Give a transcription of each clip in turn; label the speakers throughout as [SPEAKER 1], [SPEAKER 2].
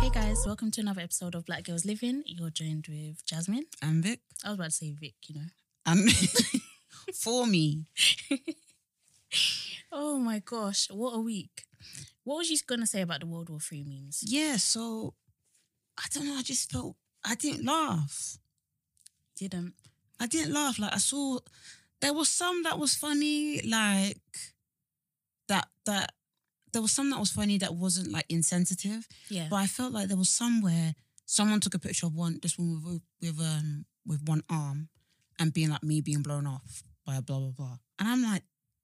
[SPEAKER 1] Hey guys, welcome to another episode of Black Girls Living. You're joined with Jasmine.
[SPEAKER 2] And Vic.
[SPEAKER 1] I was about to say Vic, you know.
[SPEAKER 2] And for me.
[SPEAKER 1] Oh my gosh, what a week. What was you gonna say about the World War Three memes?
[SPEAKER 2] Yeah, so I don't know, I just felt I didn't laugh.
[SPEAKER 1] Didn't
[SPEAKER 2] I didn't laugh. Like I saw there was some that was funny, like that that there was some that was funny that wasn't like insensitive.
[SPEAKER 1] yeah.
[SPEAKER 2] But I felt like there was somewhere someone took a picture of one this woman with with um with one arm and being like me being blown off by a blah blah blah. And I'm like,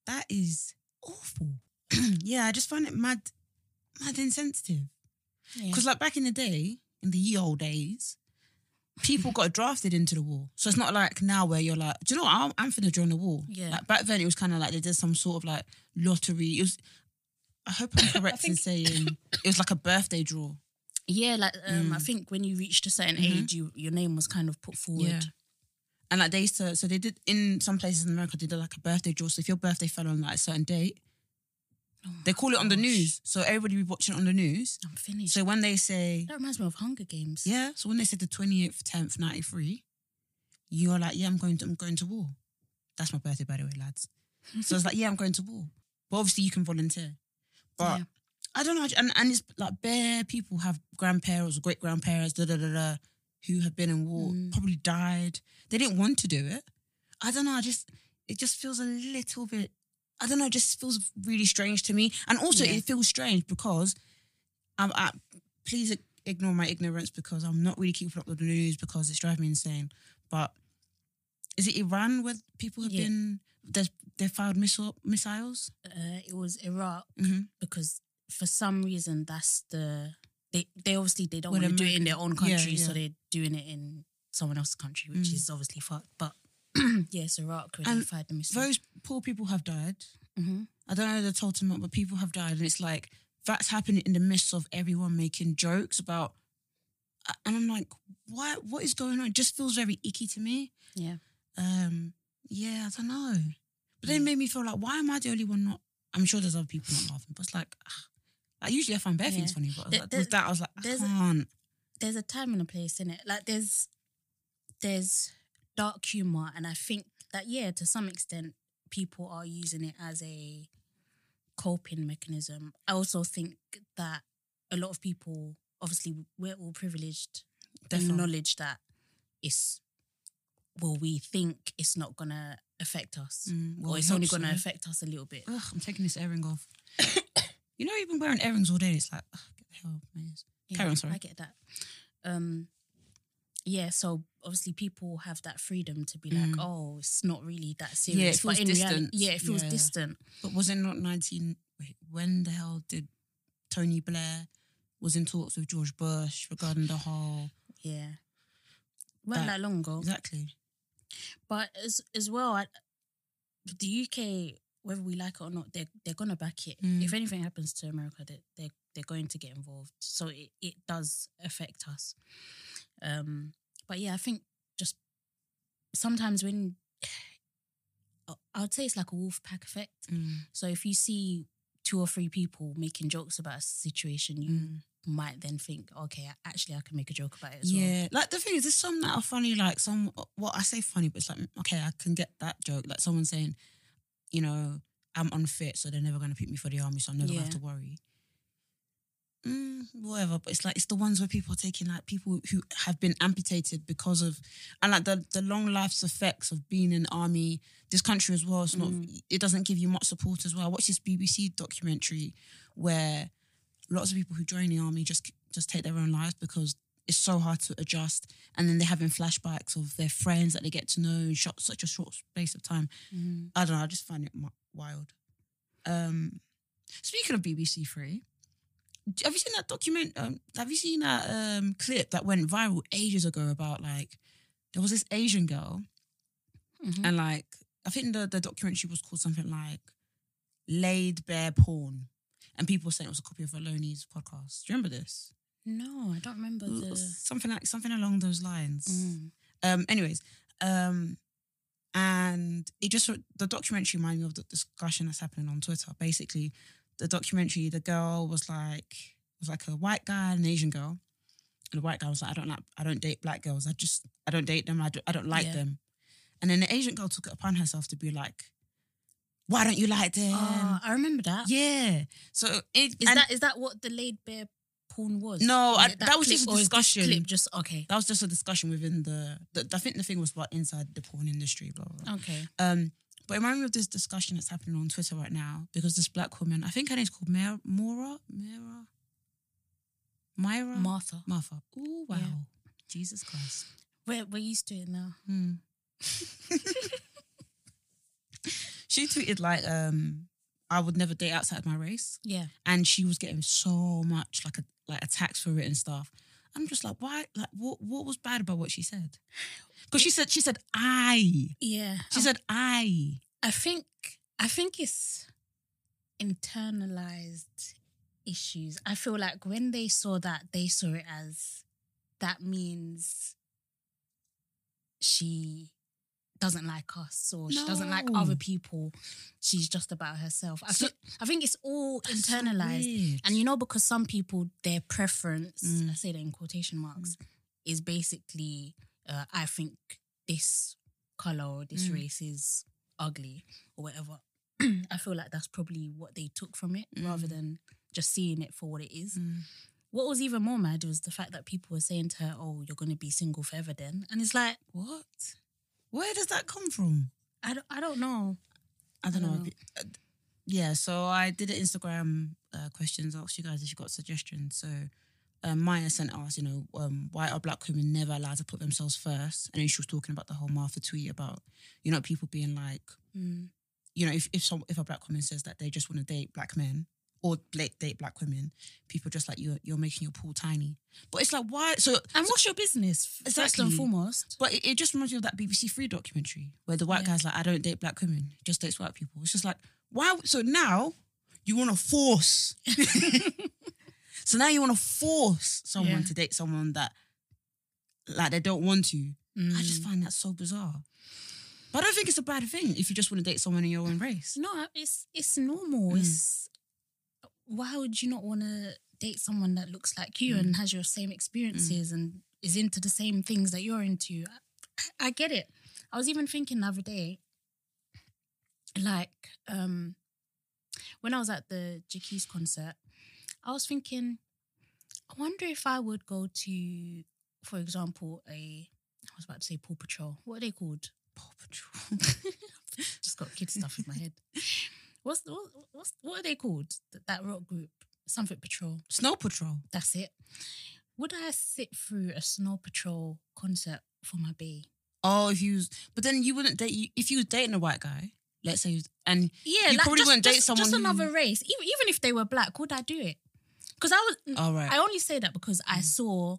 [SPEAKER 2] that is awful. yeah, I just find it mad mad insensitive.
[SPEAKER 1] yeah.
[SPEAKER 2] Because like back in the day, in the ye old days, people got drafted into the war. So it's not like now where you're like, do you know what? I'm, I'm finna join the war.
[SPEAKER 1] Yeah.
[SPEAKER 2] Like back then, it was kind of like they did some sort of like lottery. It was. I hope I'm correct in
[SPEAKER 1] think-
[SPEAKER 2] saying it was like a birthday draw.
[SPEAKER 1] Yeah, like um, I
[SPEAKER 2] Mm.
[SPEAKER 1] think when you reached a certain
[SPEAKER 2] Mhm.
[SPEAKER 1] age, you your name was kind of put forward.
[SPEAKER 2] Yeah. And like they used to, so they did in some places in America, they did like a birthday draw. So if your birthday fell on like a certain date, they call it on the
[SPEAKER 1] Oh gosh.
[SPEAKER 2] news. So everybody be watching it on the news.
[SPEAKER 1] I'm finished.
[SPEAKER 2] So when they say,
[SPEAKER 1] that reminds me of Hunger Games.
[SPEAKER 2] yeah, so when they said the 28th, 10th, 93, you're like, yeah, I'm going to, I'm going to war. That's my birthday, by the way, lads. So I was like, yeah, I'm going to war. But obviously you can volunteer. But
[SPEAKER 1] Yeah.
[SPEAKER 2] I don't know. And, and it's like bare people have grandparents or great grandparents, da da da da, who have been in war,
[SPEAKER 1] Mm.
[SPEAKER 2] probably died. They didn't want to do it. I don't know. I just, it just feels a little bit, I don't know, it just feels really strange to me. And also,
[SPEAKER 1] Yeah.
[SPEAKER 2] it feels strange because I'm, I, please ig- ignore my ignorance because I'm not really keeping up with the news because it's driving me insane. But is it Iran where people have
[SPEAKER 1] Yeah.
[SPEAKER 2] been, there's, they fired missile, missiles?
[SPEAKER 1] Uh, it was Iraq
[SPEAKER 2] Mm-hmm.
[SPEAKER 1] because for some reason that's the they they obviously they don't
[SPEAKER 2] Well,
[SPEAKER 1] want to do it in their own
[SPEAKER 2] America- yeah,
[SPEAKER 1] country, so
[SPEAKER 2] yeah.
[SPEAKER 1] they're doing it in someone else's country, which
[SPEAKER 2] Mm.
[SPEAKER 1] is obviously fucked. But yeah, it's Iraq really
[SPEAKER 2] And
[SPEAKER 1] fired the missile.
[SPEAKER 2] Those poor people have died.
[SPEAKER 1] hmm
[SPEAKER 2] I don't know the total amount, but people have died, and it's like that's happening in the midst of everyone making jokes about. And I'm like, what? What is going on? It just feels very icky to me.
[SPEAKER 1] Yeah.
[SPEAKER 2] Um. Yeah, I don't know. But
[SPEAKER 1] Mm.
[SPEAKER 2] then it made me feel like, why am I the only one not? I'm sure there's other people not laughing, but it's like, ah. like usually I find bad things
[SPEAKER 1] Yeah.
[SPEAKER 2] funny, but I was
[SPEAKER 1] There-
[SPEAKER 2] like,
[SPEAKER 1] there's-
[SPEAKER 2] with that I was like, I
[SPEAKER 1] there's-
[SPEAKER 2] can't.
[SPEAKER 1] There's a time and a place in it. Like there's there's dark humor, and I think that yeah, to some extent, people are using it as a coping mechanism. I also think that a lot of people, obviously, we're all privileged
[SPEAKER 2] Definitely.
[SPEAKER 1] acknowledge that it's well, we think it's not gonna affect us,
[SPEAKER 2] Mm, well,
[SPEAKER 1] or
[SPEAKER 2] I
[SPEAKER 1] it's
[SPEAKER 2] hope
[SPEAKER 1] only gonna
[SPEAKER 2] so.
[SPEAKER 1] affect us a little bit.
[SPEAKER 2] Ugh, I'm taking this earring off. you know, you've been wearing earrings all day. It's like, ugh, get the hell off my ears.
[SPEAKER 1] Yeah,
[SPEAKER 2] Carry on, sorry.
[SPEAKER 1] I get that. Um, yeah, so obviously people have that freedom to be like,
[SPEAKER 2] Mm.
[SPEAKER 1] oh, it's not really that serious.
[SPEAKER 2] it feels distant.
[SPEAKER 1] yeah, it feels
[SPEAKER 2] Yeah.
[SPEAKER 1] distant.
[SPEAKER 2] But was it not 19? Wait, when the hell did Tony Blair was in talks with George Bush regarding the whole?
[SPEAKER 1] Yeah, wasn't
[SPEAKER 2] That-
[SPEAKER 1] that long ago.
[SPEAKER 2] Exactly.
[SPEAKER 1] But as as well, I, the UK, whether we like it or not, they're they're gonna back it.
[SPEAKER 2] Mm.
[SPEAKER 1] If anything happens to America, they they they're going to get involved. So it, it does affect us. Um, but yeah, I think just sometimes when I- I would say it's like a wolf pack effect.
[SPEAKER 2] Mm,
[SPEAKER 1] So if you see two or three people making jokes about a situation, you
[SPEAKER 2] mm.
[SPEAKER 1] might then think, okay, I- actually, I can make a joke about it as well.
[SPEAKER 2] Yeah, like the thing is, there's some that are funny. Like some, well, I say funny, but it's like mm, okay, I can get that joke. Like someone saying, you know, I'm unfit, so they're never gonna pick me for the army, so I'm never
[SPEAKER 1] Yeah.
[SPEAKER 2] gonna have to worry. Mm, whatever, but it's like it's the ones where people are taking like people who have been amputated because of, and like the the long life's effects of being in the army. This country as well, it's not.
[SPEAKER 1] Mm.
[SPEAKER 2] It doesn't give you much support as well. I watched this BBC documentary where lots of people who join the army just just take their own lives because it's so hard to adjust and then they're having flashbacks of their friends that they get to know in short, such a short space of time
[SPEAKER 1] Mhm.
[SPEAKER 2] i don't know i just find it mi- wild um speaking of bbc three have you seen that document um have you seen that um clip that went viral ages ago about like there was this asian girl
[SPEAKER 1] Mhm.
[SPEAKER 2] and like I think the, the documentary was called something like Laid Bare Porn. And people were saying it was a copy of Aloni's podcast. Do you remember this?
[SPEAKER 1] No, I don't remember
[SPEAKER 2] L-
[SPEAKER 1] the.
[SPEAKER 2] Something like something along those lines.
[SPEAKER 1] Mm.
[SPEAKER 2] Um, anyways, um, And it just the documentary reminded me of the discussion that's happening on Twitter. Basically, the documentary, the girl was like was like a white guy and an Asian girl, and the white guy was like, I don't like, I don't date black girls. I just, I don't date them. I don't, I don't like
[SPEAKER 1] Yeah.
[SPEAKER 2] them. And then the Asian girl took it upon herself to be like, Why don't you like them?
[SPEAKER 1] Oh, I remember that.
[SPEAKER 2] yeah. So it
[SPEAKER 1] Is
[SPEAKER 2] and
[SPEAKER 1] that is that what the laid bare porn was?
[SPEAKER 2] no,
[SPEAKER 1] Is
[SPEAKER 2] I,
[SPEAKER 1] it
[SPEAKER 2] that, was
[SPEAKER 1] clip
[SPEAKER 2] just a
[SPEAKER 1] or is this
[SPEAKER 2] discussion.
[SPEAKER 1] Clip just okay.
[SPEAKER 2] That was just a discussion within the, the. I think the thing was about inside the porn industry, blah blah. blah.
[SPEAKER 1] Okay.
[SPEAKER 2] Um, but it reminded me of this discussion that's happening on Twitter right now because this black woman, I think her name's called Mira, Mora, Mira, Myra,
[SPEAKER 1] Martha.
[SPEAKER 2] Martha. Oh wow,
[SPEAKER 1] Yeah.
[SPEAKER 2] Jesus Christ.
[SPEAKER 1] We're we're used to it now.
[SPEAKER 2] Hmm. she tweeted like, um, "I would never date outside my race,"
[SPEAKER 1] Yeah.
[SPEAKER 2] and she was getting so much like a, like attacks for it and stuff. I'm just like, why? Like, what? What was bad about what she said? Because she said she said I.
[SPEAKER 1] Yeah.
[SPEAKER 2] She said I.
[SPEAKER 1] I think I think it's internalized issues. I feel like when they saw that, they saw it as that means she doesn't like us or she doesn't like
[SPEAKER 2] No.
[SPEAKER 1] other people. She's just about herself. I,
[SPEAKER 2] So-
[SPEAKER 1] think I think it's all
[SPEAKER 2] That's so
[SPEAKER 1] internalized.
[SPEAKER 2] weird.
[SPEAKER 1] And you know, because some people, their preference,
[SPEAKER 2] Mm.
[SPEAKER 1] I say that in quotation marks, is basically, uh, I think this color or this
[SPEAKER 2] Mm.
[SPEAKER 1] race is ugly or whatever. I feel like that's probably what they took from it rather
[SPEAKER 2] Mm.
[SPEAKER 1] than just seeing it for what it is.
[SPEAKER 2] Mm.
[SPEAKER 1] What was even more mad was the fact that people were saying to her, oh, you're going to be single forever then. And it's like,
[SPEAKER 2] what? Where does that come from?
[SPEAKER 1] I don't, I don't know.
[SPEAKER 2] I don't,
[SPEAKER 1] I don't
[SPEAKER 2] know. Uh, Yeah, so I did an Instagram uh, questions. I asked you guys if you got suggestions. So um, Maya sent us, you know, um, why are black women never allowed to put themselves first? And then she was talking about the whole Martha tweet about, you know, people being like,
[SPEAKER 1] Mm.
[SPEAKER 2] you know, if if, some, if a black woman says that they just want to date black men or bla- date black women, people just like you're you're making your pool tiny. But it's like why? So
[SPEAKER 1] And what's your business? First and
[SPEAKER 2] Exactly.
[SPEAKER 1] foremost.
[SPEAKER 2] but it, it just reminds me of that BBC Three documentary where the white
[SPEAKER 1] Yeah.
[SPEAKER 2] guy's like, I don't date black women, just dates white people. It's just like, why? So now you want to force. so now you want to force someone
[SPEAKER 1] Yeah.
[SPEAKER 2] to date someone that, like, they don't want to. I
[SPEAKER 1] Mm.
[SPEAKER 2] just find that so bizarre. But I don't think it's a bad thing if you just want to date someone in your own race.
[SPEAKER 1] No, it's it's normal.
[SPEAKER 2] Mm.
[SPEAKER 1] It's why would you not want to date someone that looks like you
[SPEAKER 2] Mm.
[SPEAKER 1] and has your same experiences and is into the same things that you're into? I, I get it. I was even thinking the other day, like um, when I was at the Jackie's concert, I was thinking, I wonder if I would go to, for example, a I was about to say Paw Patrol. What are they called? Paw Patrol. Just got kid stuff in my head. What's what, what's what are they called? That, that rock group, something Patrol.
[SPEAKER 2] Snow Patrol.
[SPEAKER 1] That's it. Would I sit through a Snow Patrol concert for my bae?
[SPEAKER 2] Oh, if you, but then you wouldn't date you if you was dating a white guy. Let's say, you was- and
[SPEAKER 1] Yeah,
[SPEAKER 2] You probably wouldn't date
[SPEAKER 1] just,
[SPEAKER 2] someone
[SPEAKER 1] Just
[SPEAKER 2] who-
[SPEAKER 1] another race. Even even if they were black, would I do it? Because I was.
[SPEAKER 2] all right,
[SPEAKER 1] I only say that because I saw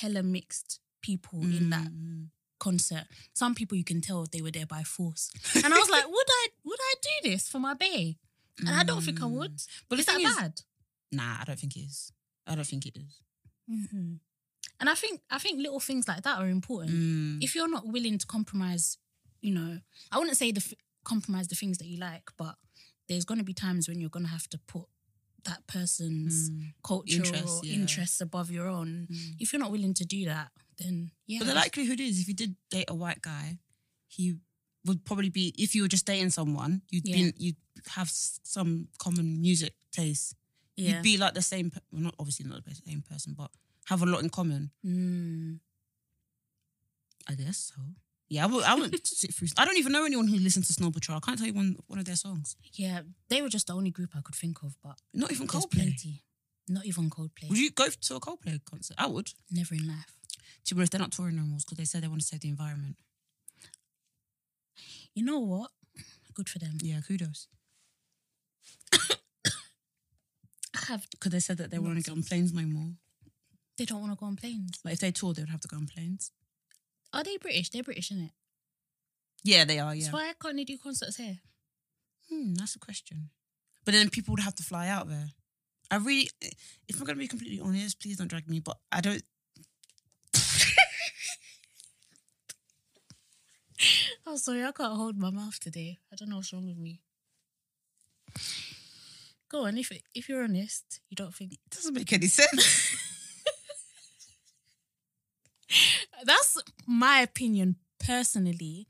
[SPEAKER 1] hella mixed people in that
[SPEAKER 2] Mm.
[SPEAKER 1] concert. Some people you can tell they were there by force, and I was like, would I would I do this for my bae? And I don't think I would.
[SPEAKER 2] mm. But
[SPEAKER 1] Is
[SPEAKER 2] the
[SPEAKER 1] that
[SPEAKER 2] thing is-
[SPEAKER 1] bad?
[SPEAKER 2] Nah, I don't think it is. I don't think it is.
[SPEAKER 1] hmm And I think I think little things like that are important.
[SPEAKER 2] Mm-hmm. Mm.
[SPEAKER 1] If you're not willing to compromise, you know, I wouldn't say the f- compromise the things that you like, but there's going to be times when you're going to have to put that person's
[SPEAKER 2] Mm.
[SPEAKER 1] cultural
[SPEAKER 2] Interests, yeah.
[SPEAKER 1] interests above your own.
[SPEAKER 2] Mm.
[SPEAKER 1] If you're not willing to do that, then yeah,
[SPEAKER 2] But the likelihood is, if you did date a white guy, he would probably be. If you were just dating someone, you'd
[SPEAKER 1] Yeah.
[SPEAKER 2] be, you'd have s- some common music taste.
[SPEAKER 1] yeah.
[SPEAKER 2] You'd be like the same. pe- Well, not obviously not the same person, but have a lot in common.
[SPEAKER 1] Mm.
[SPEAKER 2] I guess so. Yeah, I would. I would sit through. I don't even know anyone who listens to Snow Patrol. I can't tell you one one of their songs.
[SPEAKER 1] yeah, they were just the only group I could think of, but
[SPEAKER 2] Not even
[SPEAKER 1] there's
[SPEAKER 2] Coldplay.
[SPEAKER 1] plenty. Not even Coldplay.
[SPEAKER 2] Would you go to a Coldplay concert? I would.
[SPEAKER 1] Never in life.
[SPEAKER 2] To be honest, they're not touring no more because they said they want to save the environment.
[SPEAKER 1] You know what? Good for them.
[SPEAKER 2] Yeah, kudos.
[SPEAKER 1] I have.
[SPEAKER 2] Because they said that they want to get on planes no more.
[SPEAKER 1] They don't want to go on planes.
[SPEAKER 2] Like if they toured, they would have to go on planes.
[SPEAKER 1] Are they British? They're British, isn't it?
[SPEAKER 2] Yeah, they are. Yeah,
[SPEAKER 1] So why can't they do concerts here?
[SPEAKER 2] Hmm, that's a question. But then people would have to fly out there. I really, if I'm going to be completely honest, please don't drag me. But I don't.
[SPEAKER 1] Oh, sorry, I can't hold my mouth today. I don't know what's wrong with me. Go on, if if you're honest, you don't think
[SPEAKER 2] It doesn't make any sense.
[SPEAKER 1] that's my opinion personally.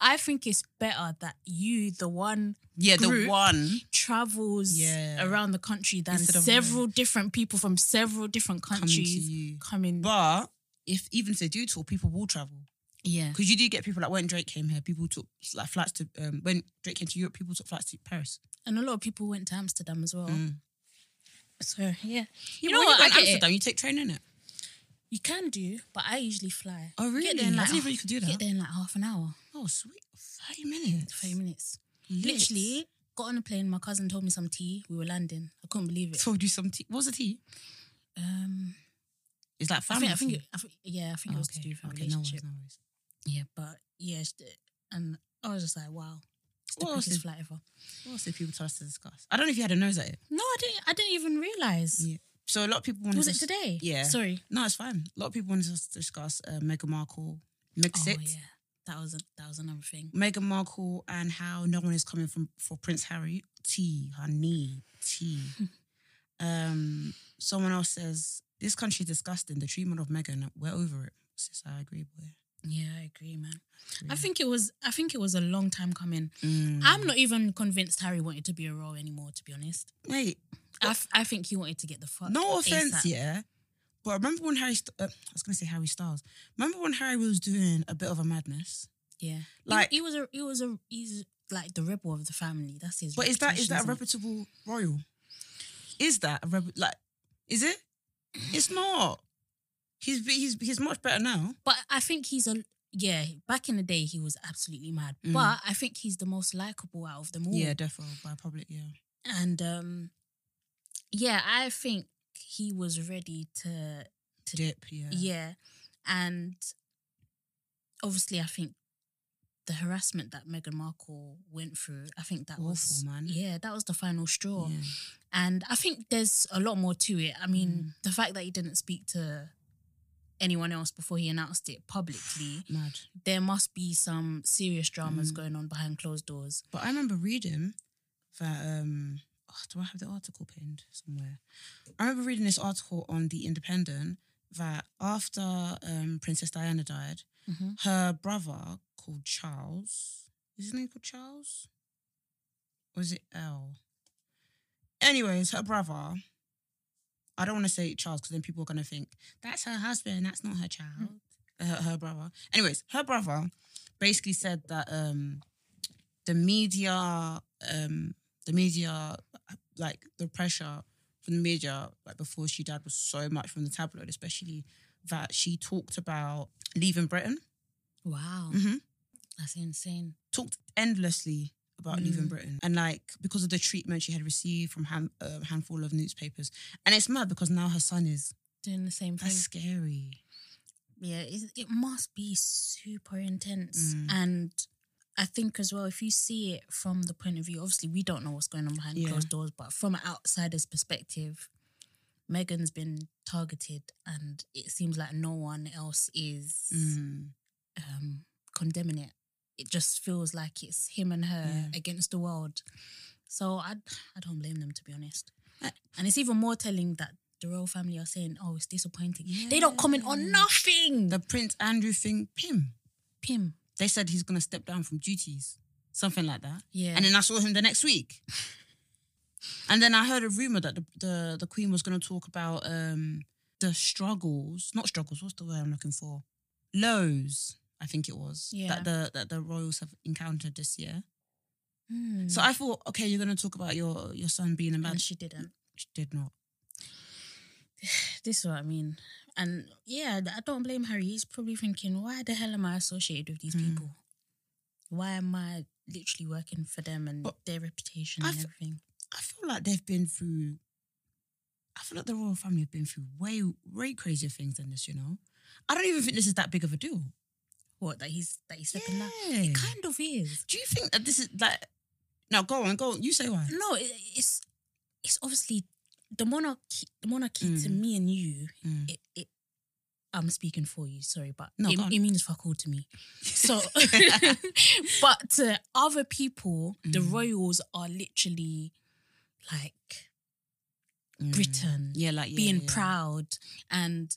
[SPEAKER 1] I think it's better that you, the one,
[SPEAKER 2] Yeah, the
[SPEAKER 1] Group.
[SPEAKER 2] one.
[SPEAKER 1] travels
[SPEAKER 2] Yeah.
[SPEAKER 1] around the country than
[SPEAKER 2] Instead of
[SPEAKER 1] several different people from several different
[SPEAKER 2] coming to
[SPEAKER 1] countries
[SPEAKER 2] you.
[SPEAKER 1] coming.
[SPEAKER 2] But if even if they do tour, people will travel.
[SPEAKER 1] yeah,
[SPEAKER 2] Because you do get people like when Drake came here, people took like flights to um, when Drake came to Europe, people took flights to Paris.
[SPEAKER 1] and a lot of people went to Amsterdam as well.
[SPEAKER 2] Mm.
[SPEAKER 1] So yeah,
[SPEAKER 2] You,
[SPEAKER 1] know
[SPEAKER 2] know,
[SPEAKER 1] what,
[SPEAKER 2] when
[SPEAKER 1] I
[SPEAKER 2] you go to
[SPEAKER 1] get it.
[SPEAKER 2] Amsterdam, you take train in it.
[SPEAKER 1] you can do, but I usually fly.
[SPEAKER 2] Oh
[SPEAKER 1] Get
[SPEAKER 2] really?
[SPEAKER 1] there in
[SPEAKER 2] I
[SPEAKER 1] like,
[SPEAKER 2] didn't even know you could do
[SPEAKER 1] Get
[SPEAKER 2] that.
[SPEAKER 1] there in like half an hour,
[SPEAKER 2] Oh sweet, thirty minutes.
[SPEAKER 1] thirty minutes.
[SPEAKER 2] Lit.
[SPEAKER 1] Literally got on a plane. My cousin told me some tea. We were landing. I couldn't believe it.
[SPEAKER 2] told you some tea. What's the tea?
[SPEAKER 1] Um,
[SPEAKER 2] It's like
[SPEAKER 1] I
[SPEAKER 2] family.
[SPEAKER 1] think, I think,
[SPEAKER 2] tea.
[SPEAKER 1] it, I think, yeah, I think
[SPEAKER 2] Oh,
[SPEAKER 1] it was to do with a relationship.
[SPEAKER 2] No worries, no worries.
[SPEAKER 1] Yeah, but yeah, she did- and I was just like, wow, it's the
[SPEAKER 2] What else,
[SPEAKER 1] biggest
[SPEAKER 2] did,
[SPEAKER 1] flight ever.
[SPEAKER 2] what else did people tell us to discuss? I don't know if you had a nose at it.
[SPEAKER 1] No, I didn't. I didn't even realize.
[SPEAKER 2] Yeah. So a lot of people wanted.
[SPEAKER 1] Was
[SPEAKER 2] to
[SPEAKER 1] it today?
[SPEAKER 2] yeah.
[SPEAKER 1] Sorry.
[SPEAKER 2] No, it's fine. A lot of people wanted us to discuss uh, Meghan Markle,
[SPEAKER 1] Oh
[SPEAKER 2] Brexit,
[SPEAKER 1] yeah, that was a, that was another thing.
[SPEAKER 2] Meghan Markle, and how no one is coming from for Prince Harry. Tea, honey, tea. um, someone else says this country is disgusting. The treatment of Meghan, we're over it. Sis, I agree, boy.
[SPEAKER 1] Yeah, I agree, man.
[SPEAKER 2] agree.
[SPEAKER 1] I think it was. I think it was a long time coming.
[SPEAKER 2] Mm.
[SPEAKER 1] I'm not even convinced Harry wanted to be a role anymore. To be honest,
[SPEAKER 2] Wait,
[SPEAKER 1] I, f- I think he wanted to get the fuck.
[SPEAKER 2] no offense,
[SPEAKER 1] ASAP.
[SPEAKER 2] yeah. But remember when Harry? St- uh, I was gonna say Harry Styles. Remember when Harry was doing a bit of a madness?
[SPEAKER 1] Yeah, like
[SPEAKER 2] Like-
[SPEAKER 1] he, he was a he was a he's like the rebel of the family. That's his.
[SPEAKER 2] But is that is that a
[SPEAKER 1] reputation,
[SPEAKER 2] reputable royal? Is that a rep- like? Is it? It's not. He's be- he's he's much better now.
[SPEAKER 1] isn't it? But I think he's a yeah. Back in the day, he was absolutely mad.
[SPEAKER 2] Mm.
[SPEAKER 1] But I think he's the most likable out of them all.
[SPEAKER 2] definitely by public. Yeah,
[SPEAKER 1] and um, yeah, I think he was ready to
[SPEAKER 2] dip. Yeah,
[SPEAKER 1] yeah, and obviously, I think the harassment that Meghan Markle went through, I think that was
[SPEAKER 2] Awful, man.
[SPEAKER 1] yeah, that was the final straw.
[SPEAKER 2] Yeah.
[SPEAKER 1] And I think there's a lot more to it. I mean,
[SPEAKER 2] Mm.
[SPEAKER 1] the fact that he didn't speak to anyone else before he announced it publicly,
[SPEAKER 2] mad.
[SPEAKER 1] there must be some serious dramas
[SPEAKER 2] Mm.
[SPEAKER 1] going on behind closed doors.
[SPEAKER 2] But I remember reading that. um oh, Do I have the article pinned somewhere? I remember reading this article on the Independent that after um, Princess Diana died,
[SPEAKER 1] Mhm.
[SPEAKER 2] her brother called Charles. Is his name called Charles? Or is it L? Anyways, her brother. I don't want to say Charles because then people are going to think that's her husband. That's not her child. Her, her brother. Anyways, her brother basically said that um, the media, um, the media, like the pressure from the media, like before she died, was so much from the tabloid, especially that she talked about leaving Britain.
[SPEAKER 1] Wow,
[SPEAKER 2] Mm-hmm.
[SPEAKER 1] that's insane.
[SPEAKER 2] Talked endlessly about leaving
[SPEAKER 1] Mm.
[SPEAKER 2] Britain and like because of the treatment she had received from hand, a handful of newspapers, and it's mad because now her son is
[SPEAKER 1] Doing the same thing.
[SPEAKER 2] that's scary.
[SPEAKER 1] yeah, it, it must be super intense.
[SPEAKER 2] Mm.
[SPEAKER 1] And I think as well, if you see it from the point of view, obviously we don't know what's going on behind
[SPEAKER 2] Yeah.
[SPEAKER 1] closed doors, but from an outsider's perspective, Megan's been targeted, and it seems like no one else is
[SPEAKER 2] Mm.
[SPEAKER 1] um, condemning it. It just feels like it's him and her
[SPEAKER 2] Yeah.
[SPEAKER 1] against the world. So I, I don't blame them to be honest.
[SPEAKER 2] I-
[SPEAKER 1] And it's even more telling that the royal family are saying, "Oh, it's disappointing." They don't comment on
[SPEAKER 2] Yeah.
[SPEAKER 1] nothing.
[SPEAKER 2] The Prince Andrew thing, Pim.
[SPEAKER 1] Pim.
[SPEAKER 2] They said he's gonna step down from duties, something like that.
[SPEAKER 1] Yeah.
[SPEAKER 2] And then I saw him the next week. and then I heard a rumor that the, the, the Queen was going to talk about um, the struggles, not struggles, what's the word I'm looking for? Lows, I think it was,
[SPEAKER 1] Yeah.
[SPEAKER 2] that, the, that the royals have encountered this year.
[SPEAKER 1] Hmm.
[SPEAKER 2] So I thought, okay, you're going to talk about your, your son being a man.
[SPEAKER 1] and
[SPEAKER 2] She
[SPEAKER 1] she didn't.
[SPEAKER 2] did not.
[SPEAKER 1] This is what I mean. And yeah, I don't blame Harry. He's probably thinking, why the hell am I associated with these
[SPEAKER 2] Mm.
[SPEAKER 1] people? Why am I literally working for them and
[SPEAKER 2] But
[SPEAKER 1] their reputation
[SPEAKER 2] I
[SPEAKER 1] and
[SPEAKER 2] f-
[SPEAKER 1] everything?
[SPEAKER 2] I feel like they've been through. I feel like the royal family have been through way, way crazier things than this. You know, I don't even think this is that big of a deal.
[SPEAKER 1] What that he's that he's stepping down?
[SPEAKER 2] Yeah.
[SPEAKER 1] It kind of is.
[SPEAKER 2] Do you think that this is like? No, go on, go on. You say why?
[SPEAKER 1] No, it, it's it's obviously the monarchy. The monarchy to
[SPEAKER 2] Mm.
[SPEAKER 1] me and you,
[SPEAKER 2] Mm.
[SPEAKER 1] it, it I'm speaking for you, sorry, but
[SPEAKER 2] No,
[SPEAKER 1] it,
[SPEAKER 2] go on.
[SPEAKER 1] it means fuck all to me. So, but to other people, the
[SPEAKER 2] Mm.
[SPEAKER 1] royals are literally like
[SPEAKER 2] Mm.
[SPEAKER 1] Britain
[SPEAKER 2] Yeah, like yeah,
[SPEAKER 1] being
[SPEAKER 2] yeah.
[SPEAKER 1] proud, and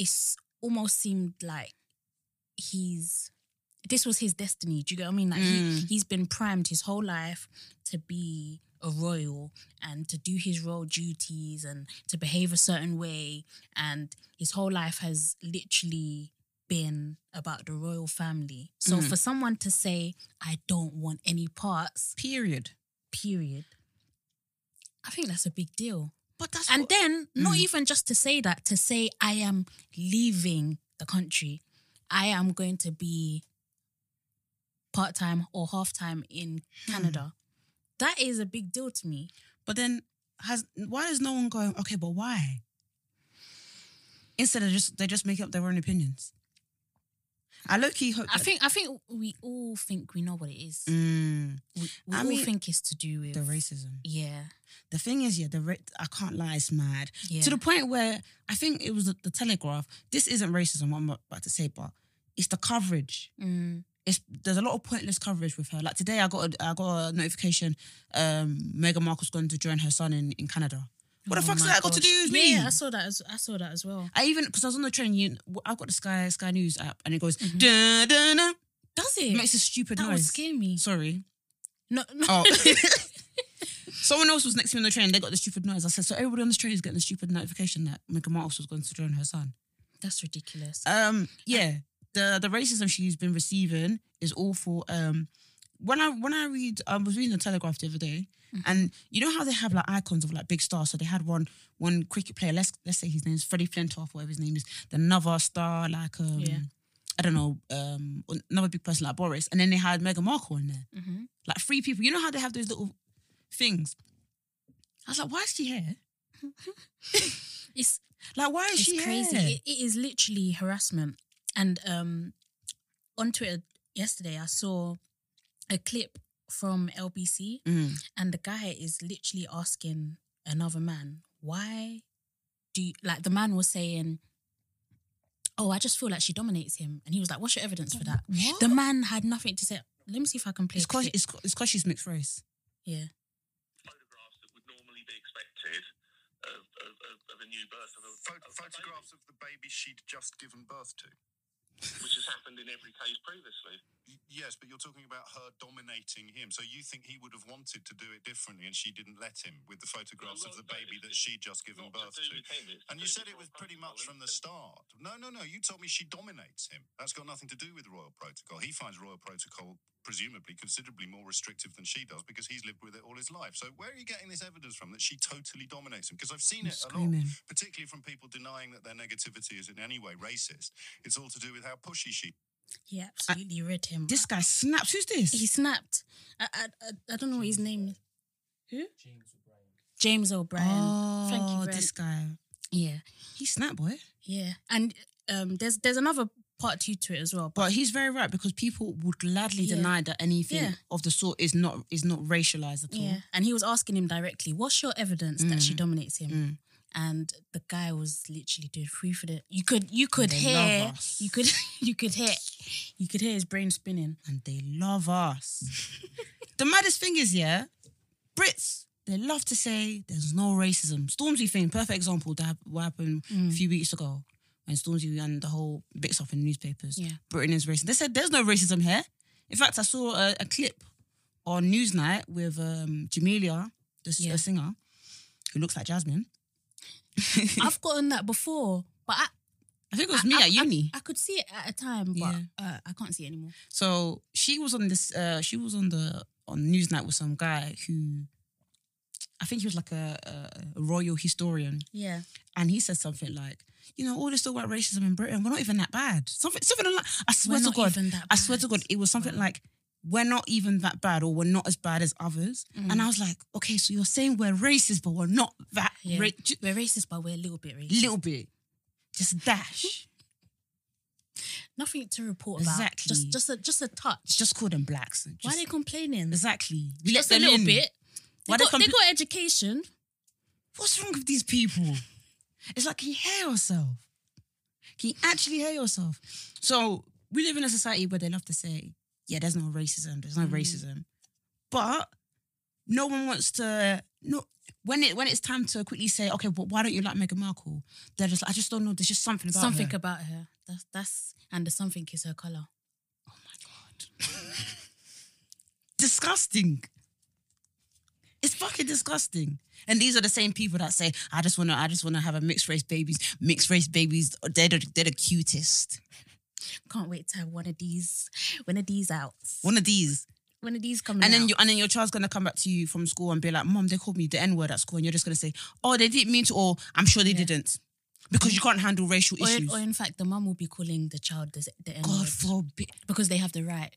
[SPEAKER 1] it's almost seemed like he's this was his destiny. Do you get what I mean? Like he,
[SPEAKER 2] Mm.
[SPEAKER 1] he's been primed his whole life to be a royal and to do his royal duties and to behave a certain way, and his whole life has literally been about the royal family. So
[SPEAKER 2] Mm.
[SPEAKER 1] for someone to say, "I don't want any parts,"
[SPEAKER 2] Period.
[SPEAKER 1] period. I think that's a big deal.
[SPEAKER 2] But that's
[SPEAKER 1] And
[SPEAKER 2] what-
[SPEAKER 1] then, not
[SPEAKER 2] Mm.
[SPEAKER 1] even just to say that, to say I am leaving the country. I am going to be part time or half time in
[SPEAKER 2] Hmm.
[SPEAKER 1] Canada. That is a big deal to me.
[SPEAKER 2] But then has why is no one going, okay, but why? Instead of just they just make up their own opinions. I low key hope
[SPEAKER 1] I
[SPEAKER 2] that-
[SPEAKER 1] think I think we all think we know what it is.
[SPEAKER 2] Mm,
[SPEAKER 1] We, we
[SPEAKER 2] I
[SPEAKER 1] all
[SPEAKER 2] mean,
[SPEAKER 1] think it's to do with
[SPEAKER 2] the racism.
[SPEAKER 1] Yeah,
[SPEAKER 2] The thing is, yeah, the ra- I can't lie, it's mad.
[SPEAKER 1] yeah,
[SPEAKER 2] To the point where I think it was the, the Telegraph. This isn't racism, what I'm about to say, but it's the coverage.
[SPEAKER 1] mm,
[SPEAKER 2] It's there's a lot of pointless coverage with her. Like today, I got a, I got a notification. Um, Meghan Markle's going to join her son in, in Canada. What
[SPEAKER 1] Oh
[SPEAKER 2] the fuck's
[SPEAKER 1] my
[SPEAKER 2] that got to
[SPEAKER 1] gosh.
[SPEAKER 2] do with
[SPEAKER 1] yeah,
[SPEAKER 2] me?
[SPEAKER 1] I saw that. As, I saw that as well.
[SPEAKER 2] I even because I was on the train. You, I've got the Sky Sky News app, and it goes da da da.
[SPEAKER 1] Does
[SPEAKER 2] It
[SPEAKER 1] it?
[SPEAKER 2] makes a stupid
[SPEAKER 1] that would
[SPEAKER 2] noise.
[SPEAKER 1] scare me.
[SPEAKER 2] Sorry.
[SPEAKER 1] No, no.
[SPEAKER 2] Oh. Someone else was next to me on the train. They got the stupid noise. I said, so everybody on this train is getting the stupid notification that Meghan Markle was going to join her son.
[SPEAKER 1] That's ridiculous.
[SPEAKER 2] Um, yeah, the the racism she's been receiving is awful. Um, when I when I read, I was reading the Telegraph the other day,
[SPEAKER 1] Mm-hmm.
[SPEAKER 2] and you know how they have like icons of like big stars. So they had one one cricket player. Let's let's say his name's Freddie Flintoff, whatever his name is. Then another star like um,
[SPEAKER 1] Yeah.
[SPEAKER 2] I don't know, um, another big person like Boris. And then they had Meghan Markle in there,
[SPEAKER 1] hmm
[SPEAKER 2] like three people. You know how they have those little things. I was like, why is she here?
[SPEAKER 1] It's
[SPEAKER 2] Like, why is
[SPEAKER 1] it's
[SPEAKER 2] she
[SPEAKER 1] crazy.
[SPEAKER 2] here?
[SPEAKER 1] It, it is literally harassment. And um, on Twitter yesterday, I saw a clip from LBC,
[SPEAKER 2] Mm.
[SPEAKER 1] and the guy is literally asking another man, "Why do you like?" The man was saying, "Oh, I just feel like she dominates him," and he was like, "What's your evidence for that?"
[SPEAKER 2] What?
[SPEAKER 1] The man had nothing to say. Let me see if I can play.
[SPEAKER 2] It's
[SPEAKER 1] the clip.
[SPEAKER 2] because it's, it's 'cause she's mixed race.
[SPEAKER 1] yeah,
[SPEAKER 3] photographs that would normally be expected of, of, of, of a new birth of a,
[SPEAKER 4] Pho-
[SPEAKER 3] of a
[SPEAKER 4] photographs of the baby she'd just given birth to.
[SPEAKER 3] baby, which has happened in every case previously.
[SPEAKER 4] Y- yes, but you're talking about her dominating him. So you think he would have wanted to do it differently and she didn't let him with the photographs of the baby that she'd just given
[SPEAKER 3] Not
[SPEAKER 4] birth
[SPEAKER 3] to do
[SPEAKER 4] to.
[SPEAKER 3] with him, it's to
[SPEAKER 4] And you
[SPEAKER 3] do
[SPEAKER 4] said
[SPEAKER 3] with
[SPEAKER 4] it was
[SPEAKER 3] royal
[SPEAKER 4] pretty
[SPEAKER 3] protocol,
[SPEAKER 4] much from the
[SPEAKER 3] isn't it?
[SPEAKER 4] start. No, no, no. You told me she dominates him. That's got nothing to do with royal protocol. He finds royal protocol presumably considerably more restrictive than she does because he's lived with it all his life. So where are you getting this evidence from that she totally dominates him? Because I've
[SPEAKER 2] I'm
[SPEAKER 4] seen it a lot
[SPEAKER 2] screaming.
[SPEAKER 4] particularly from people denying that their negativity is in any way racist. It's all to do with how pushy she.
[SPEAKER 1] he absolutely read him.
[SPEAKER 2] This guy snaps. Who's this?
[SPEAKER 1] he snapped. I I, I, I don't know what his name is. Who? James O'Brien.
[SPEAKER 2] oh,
[SPEAKER 1] Thank you, Brent.
[SPEAKER 2] this guy.
[SPEAKER 1] Yeah,
[SPEAKER 2] He snapped, boy.
[SPEAKER 1] yeah. And um, there's there's another part two to it as well. But
[SPEAKER 2] But he's very right because people would gladly
[SPEAKER 1] Yeah.
[SPEAKER 2] deny that anything
[SPEAKER 1] Yeah.
[SPEAKER 2] of the sort is not is not racialized at all.
[SPEAKER 1] yeah, and he was asking him directly, "What's your evidence that she
[SPEAKER 2] Mm.
[SPEAKER 1] dominates him?"
[SPEAKER 2] Mm.
[SPEAKER 1] And the guy was literally doing free for the. You could you could
[SPEAKER 2] They
[SPEAKER 1] hear
[SPEAKER 2] love us.
[SPEAKER 1] you could you could hear you could hear his brain spinning.
[SPEAKER 2] And they love us. the maddest thing is, yeah, Brits, they love to say there's no racism. Stormzy thing, perfect example that hap- what happened
[SPEAKER 1] Mm.
[SPEAKER 2] a few weeks ago when Stormzy and the whole bits off in newspapers.
[SPEAKER 1] Yeah.
[SPEAKER 2] Britain is racist. They said there's no racism here. In fact, I saw a, a clip on Newsnight with um, Jamelia, the s-
[SPEAKER 1] Yeah.
[SPEAKER 2] the singer, who looks like Jasmine.
[SPEAKER 1] I've gotten that before, but I,
[SPEAKER 2] I think it was me
[SPEAKER 1] I-
[SPEAKER 2] at uni.
[SPEAKER 1] I could see it at a time, but
[SPEAKER 2] Yeah.
[SPEAKER 1] uh, I can't see it anymore.
[SPEAKER 2] So she was on this. Uh, she was on the on Newsnight with some guy who, I think he was like a, a, a royal historian,
[SPEAKER 1] Yeah,
[SPEAKER 2] and he said something like, "You know, all this talk about racism in Britain, we're not even that bad." Something, something like. I swear
[SPEAKER 1] We're
[SPEAKER 2] to
[SPEAKER 1] not
[SPEAKER 2] God,
[SPEAKER 1] even that
[SPEAKER 2] I swear to
[SPEAKER 1] bad.
[SPEAKER 2] God, it was something like, "We're not even that bad," or "We're not as bad as others."
[SPEAKER 1] Mm.
[SPEAKER 2] And I was like, "Okay, so you're saying we're racist, but we're not that
[SPEAKER 1] yeah.
[SPEAKER 2] ra- ju-
[SPEAKER 1] we're racist, but we're a little bit racist.
[SPEAKER 2] little bit, just a dash."
[SPEAKER 1] Nothing to report about.
[SPEAKER 2] Exactly.
[SPEAKER 1] Just just a just a touch.
[SPEAKER 2] just call them blacks. Just,
[SPEAKER 1] Why are they complaining?
[SPEAKER 2] exactly? We
[SPEAKER 1] Just
[SPEAKER 2] let
[SPEAKER 1] a
[SPEAKER 2] them
[SPEAKER 1] little
[SPEAKER 2] in.
[SPEAKER 1] bit. They,
[SPEAKER 2] Why they
[SPEAKER 1] got, they
[SPEAKER 2] compl-
[SPEAKER 1] got education.
[SPEAKER 2] what's wrong with these people? It's like you hear yourself. Can you actually hear yourself? So we live in a society where they love to say, yeah, there's no racism, there's no
[SPEAKER 1] Mm.
[SPEAKER 2] racism. But no one wants to no when it when it's time to quickly say, okay, but why don't you like Meghan Markle? They're just like, I just don't know. There's just something about
[SPEAKER 1] something
[SPEAKER 2] her.
[SPEAKER 1] about her. That's that's and the something is her color.
[SPEAKER 2] Oh my god. disgusting. It's fucking disgusting. And these are the same people that say, I just wanna, I just wanna have a mixed race babies. Mixed race babies, they're the, they're the cutest.
[SPEAKER 1] Can't wait to have one of these, one of these out,
[SPEAKER 2] One of these.
[SPEAKER 1] one of these coming.
[SPEAKER 2] And then
[SPEAKER 1] out.
[SPEAKER 2] you and then your child's gonna come back to you from school and be like, Mom, they called me the N-word at school, and you're just gonna say, Oh, they didn't mean to, or I'm sure they
[SPEAKER 1] Yeah.
[SPEAKER 2] didn't. Because you can't handle racial
[SPEAKER 1] or,
[SPEAKER 2] issues.
[SPEAKER 1] or in fact, the mum will be calling the child the, the N
[SPEAKER 2] God
[SPEAKER 1] word
[SPEAKER 2] forbid.
[SPEAKER 1] because they have the right.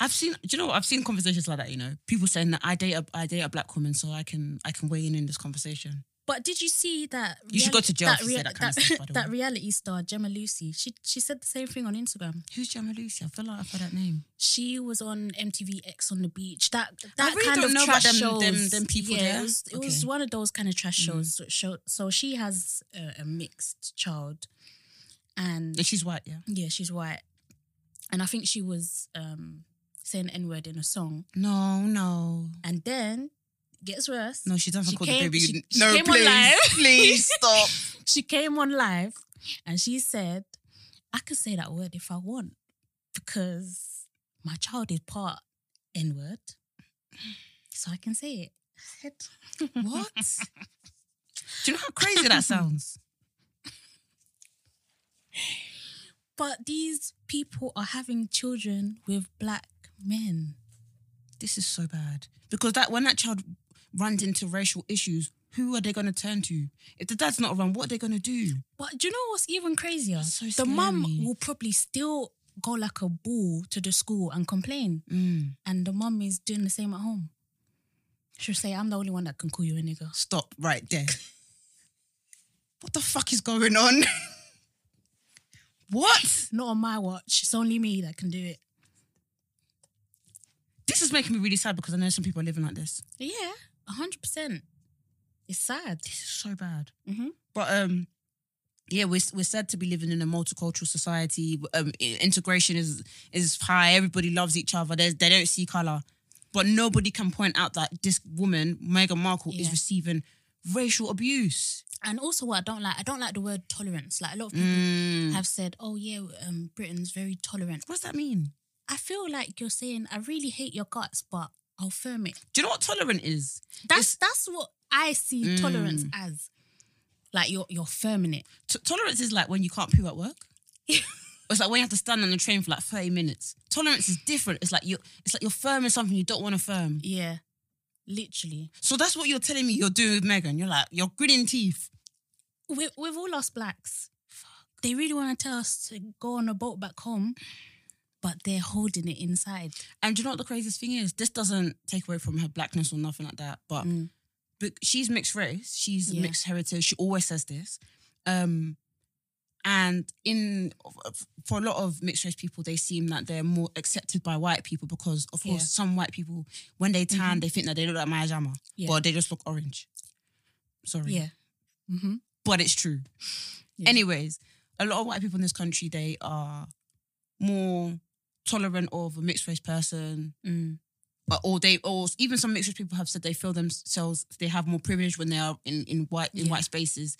[SPEAKER 2] I've seen. Do you know what? I've seen conversations like that. You know, people saying that I date a I date a black woman, so I can I can weigh in in this conversation.
[SPEAKER 1] But did you see that?
[SPEAKER 2] You should go to jail if you say that kind of stuff, by the
[SPEAKER 1] that
[SPEAKER 2] way.
[SPEAKER 1] reality star Gemma Lucy, she she said the same thing on Instagram.
[SPEAKER 2] Who's Gemma Lucy? I feel like I've heard that name.
[SPEAKER 1] She was on MTV X on the beach. That that
[SPEAKER 2] really
[SPEAKER 1] kind
[SPEAKER 2] don't
[SPEAKER 1] of
[SPEAKER 2] know
[SPEAKER 1] trash
[SPEAKER 2] about them-
[SPEAKER 1] shows.
[SPEAKER 2] them- them people
[SPEAKER 1] yeah,
[SPEAKER 2] there.
[SPEAKER 1] It, was, it was
[SPEAKER 2] Okay. Mm.
[SPEAKER 1] one of those kind of trash shows. So- So, so she has a, a mixed child, and
[SPEAKER 2] And she's white, yeah.
[SPEAKER 1] yeah, she's white, and I think she was um, saying N word in a song,
[SPEAKER 2] No, no,
[SPEAKER 1] and then it gets worse.
[SPEAKER 2] no. She doesn't
[SPEAKER 1] She
[SPEAKER 2] call
[SPEAKER 1] came-
[SPEAKER 2] the baby.
[SPEAKER 1] she- she
[SPEAKER 2] no,
[SPEAKER 1] came on
[SPEAKER 2] please,
[SPEAKER 1] live.
[SPEAKER 2] please stop.
[SPEAKER 1] she came on live and she said, I could say that word if I want because my child is part N word. So I can say it. I said,
[SPEAKER 2] What? Do you know how crazy that sounds?
[SPEAKER 1] But these people are having children with black men.
[SPEAKER 2] This is so bad because that when that child runs into racial issues, who are they going to turn to? If the dad's not around, what are they going to do?
[SPEAKER 1] But do you know what's even crazier?
[SPEAKER 2] That's so
[SPEAKER 1] the mum
[SPEAKER 2] scary.
[SPEAKER 1] will probably still go like a bull to the school and complain.
[SPEAKER 2] Mm.
[SPEAKER 1] And the mum is doing the same at home. She'll say, I'm the only one that can call you a nigger.
[SPEAKER 2] Stop right there. what the fuck is going on? what?
[SPEAKER 1] Not on my watch. It's only me that can do it.
[SPEAKER 2] This is making me really sad because I know some people are living like this.
[SPEAKER 1] Yeah, hundred percent. It's sad.
[SPEAKER 2] This is so bad.
[SPEAKER 1] Mhm.
[SPEAKER 2] But um, yeah, we're we're said to be living in a multicultural society. Um, i- integration is is high. Everybody loves each other. There's, they don't see color, but nobody can point out that this woman, Meghan Markle,
[SPEAKER 1] Yeah.
[SPEAKER 2] is receiving racial abuse.
[SPEAKER 1] And also, what I don't like, I don't like the word tolerance. Like a lot of people
[SPEAKER 2] Mm.
[SPEAKER 1] have said, "Oh yeah, um, Britain's very tolerant."
[SPEAKER 2] What does that mean?
[SPEAKER 1] I feel like you're saying, "I really hate your guts, but I'll firm it."
[SPEAKER 2] Do you know what tolerant is?
[SPEAKER 1] That's that's what I see
[SPEAKER 2] Mm.
[SPEAKER 1] tolerance as. Like you're you're firming it.
[SPEAKER 2] T- tolerance is like when you can't poo at work. it's like when you have to stand on the train for like thirty minutes. Tolerance is different. It's like you. It's like you're firming something you don't want to firm.
[SPEAKER 1] Yeah, literally.
[SPEAKER 2] So that's what you're telling me you're doing with Megan. You're like you're gritting teeth.
[SPEAKER 1] With with all us blacks, they really want to tell us to go on a boat back home, but they're holding it inside.
[SPEAKER 2] And do you know what the craziest thing is? This doesn't take away from her blackness or nothing like that. But,
[SPEAKER 1] Mm.
[SPEAKER 2] but she's mixed race. She's
[SPEAKER 1] Yeah.
[SPEAKER 2] mixed heritage. She always says this. Um, and in for a lot of mixed race people, they seem that they're more accepted by white people because, of course,
[SPEAKER 1] Yeah. Mm-hmm.
[SPEAKER 2] some white people when they tan, they think that they look like Maya Jama,
[SPEAKER 1] Yeah.
[SPEAKER 2] but they just look orange. Sorry,
[SPEAKER 1] Yeah. Mm-hmm.
[SPEAKER 2] but it's true.
[SPEAKER 1] Yeah.
[SPEAKER 2] Anyways, a lot of white people in this country they are more tolerant of a mixed race person,
[SPEAKER 1] Mm.
[SPEAKER 2] but or they or even some mixed race people have said they feel themselves they have more privilege when they are in in white in
[SPEAKER 1] Yeah.
[SPEAKER 2] white spaces,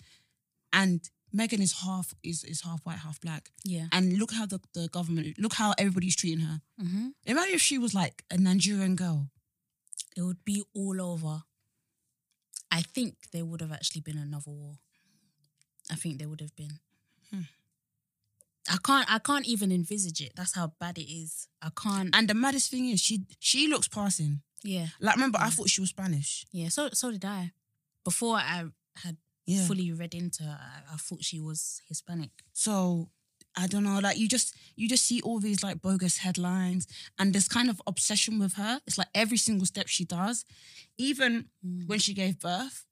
[SPEAKER 2] and Megan is half is is half white half black,
[SPEAKER 1] Yeah.
[SPEAKER 2] and look how the, the government look how everybody's treating her.
[SPEAKER 1] Mm-hmm.
[SPEAKER 2] Imagine if she was like a Nigerian girl.
[SPEAKER 1] It would be all over. I think there would have actually been another war. I think there would have been. I can't. I can't even envisage it. That's how bad it is. I can't.
[SPEAKER 2] And the maddest thing is she she looks passing.
[SPEAKER 1] yeah.
[SPEAKER 2] Like remember I thought she was Spanish.
[SPEAKER 1] Yeah. So so did I. Before I had
[SPEAKER 2] Yeah.
[SPEAKER 1] fully read into her, I, I thought she was Hispanic.
[SPEAKER 2] So I don't know, like you just you just see all these like bogus headlines and this kind of obsession with her. It's like every single step she does, even when she gave birth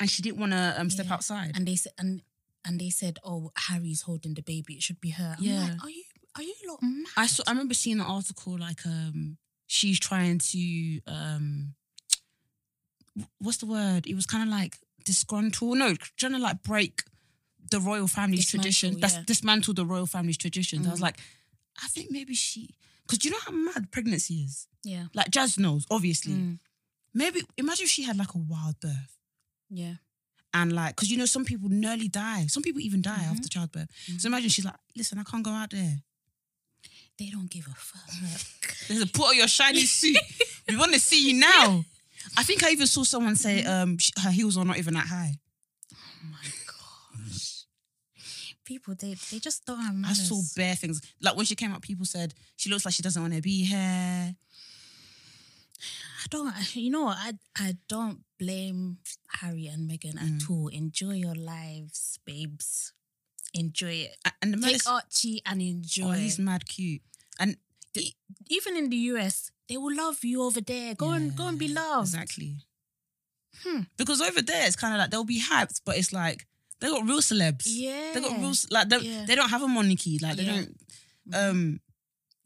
[SPEAKER 2] and she didn't want to um, step
[SPEAKER 1] Yeah.
[SPEAKER 2] outside.
[SPEAKER 1] And they said and and they said, "Oh, Harry's holding the baby. It should be her." I'm
[SPEAKER 2] Yeah.
[SPEAKER 1] Like, are you are you lot mad?
[SPEAKER 2] I saw I remember seeing an article like um she's trying to um what's the word? It was kind of like disgruntled, no, trying to like break the royal family's
[SPEAKER 1] Dismantle,
[SPEAKER 2] tradition.
[SPEAKER 1] yeah. Mm.
[SPEAKER 2] That's dismantled the royal family's traditions. I was like, I think maybe she, because do you know how mad pregnancy is?
[SPEAKER 1] Yeah.
[SPEAKER 2] Like Jazz knows, obviously.
[SPEAKER 1] Mm.
[SPEAKER 2] Maybe imagine if she had like a wild birth
[SPEAKER 1] Yeah.
[SPEAKER 2] and like, because you know some people nearly die. Some people even die
[SPEAKER 1] Mm-hmm.
[SPEAKER 2] after childbirth. So imagine she's like, listen, I can't go out there.
[SPEAKER 1] They don't give a fuck.
[SPEAKER 2] There's a put on your shiny suit. we want to see you now. I think I even saw someone
[SPEAKER 1] Mm-hmm.
[SPEAKER 2] say um, sh her heels are not even that high.
[SPEAKER 1] oh my gosh. People, they they just don't have
[SPEAKER 2] I
[SPEAKER 1] manners.
[SPEAKER 2] saw bare things. Like when she came out, people said she looks like she doesn't want to be here.
[SPEAKER 1] I don't. You know, what, I I don't blame Harry and Meghan at
[SPEAKER 2] Mm.
[SPEAKER 1] all. Enjoy your lives, babes. Enjoy it.
[SPEAKER 2] A- And the man
[SPEAKER 1] Take Archie and enjoy.
[SPEAKER 2] oh, he's mad cute. And
[SPEAKER 1] Even in the US, they will love you over there. Go and go and be
[SPEAKER 2] Yeah,
[SPEAKER 1] loved.
[SPEAKER 2] Exactly.
[SPEAKER 1] Hmm.
[SPEAKER 2] Because over there, it's kind of like they'll be hyped, but it's like they got real celebs.
[SPEAKER 1] Yeah.
[SPEAKER 2] They got real, ce- like, they,
[SPEAKER 1] Yeah.
[SPEAKER 2] they don't have a monarchy. Like, they
[SPEAKER 1] Yeah. Mm-hmm.
[SPEAKER 2] don't, um,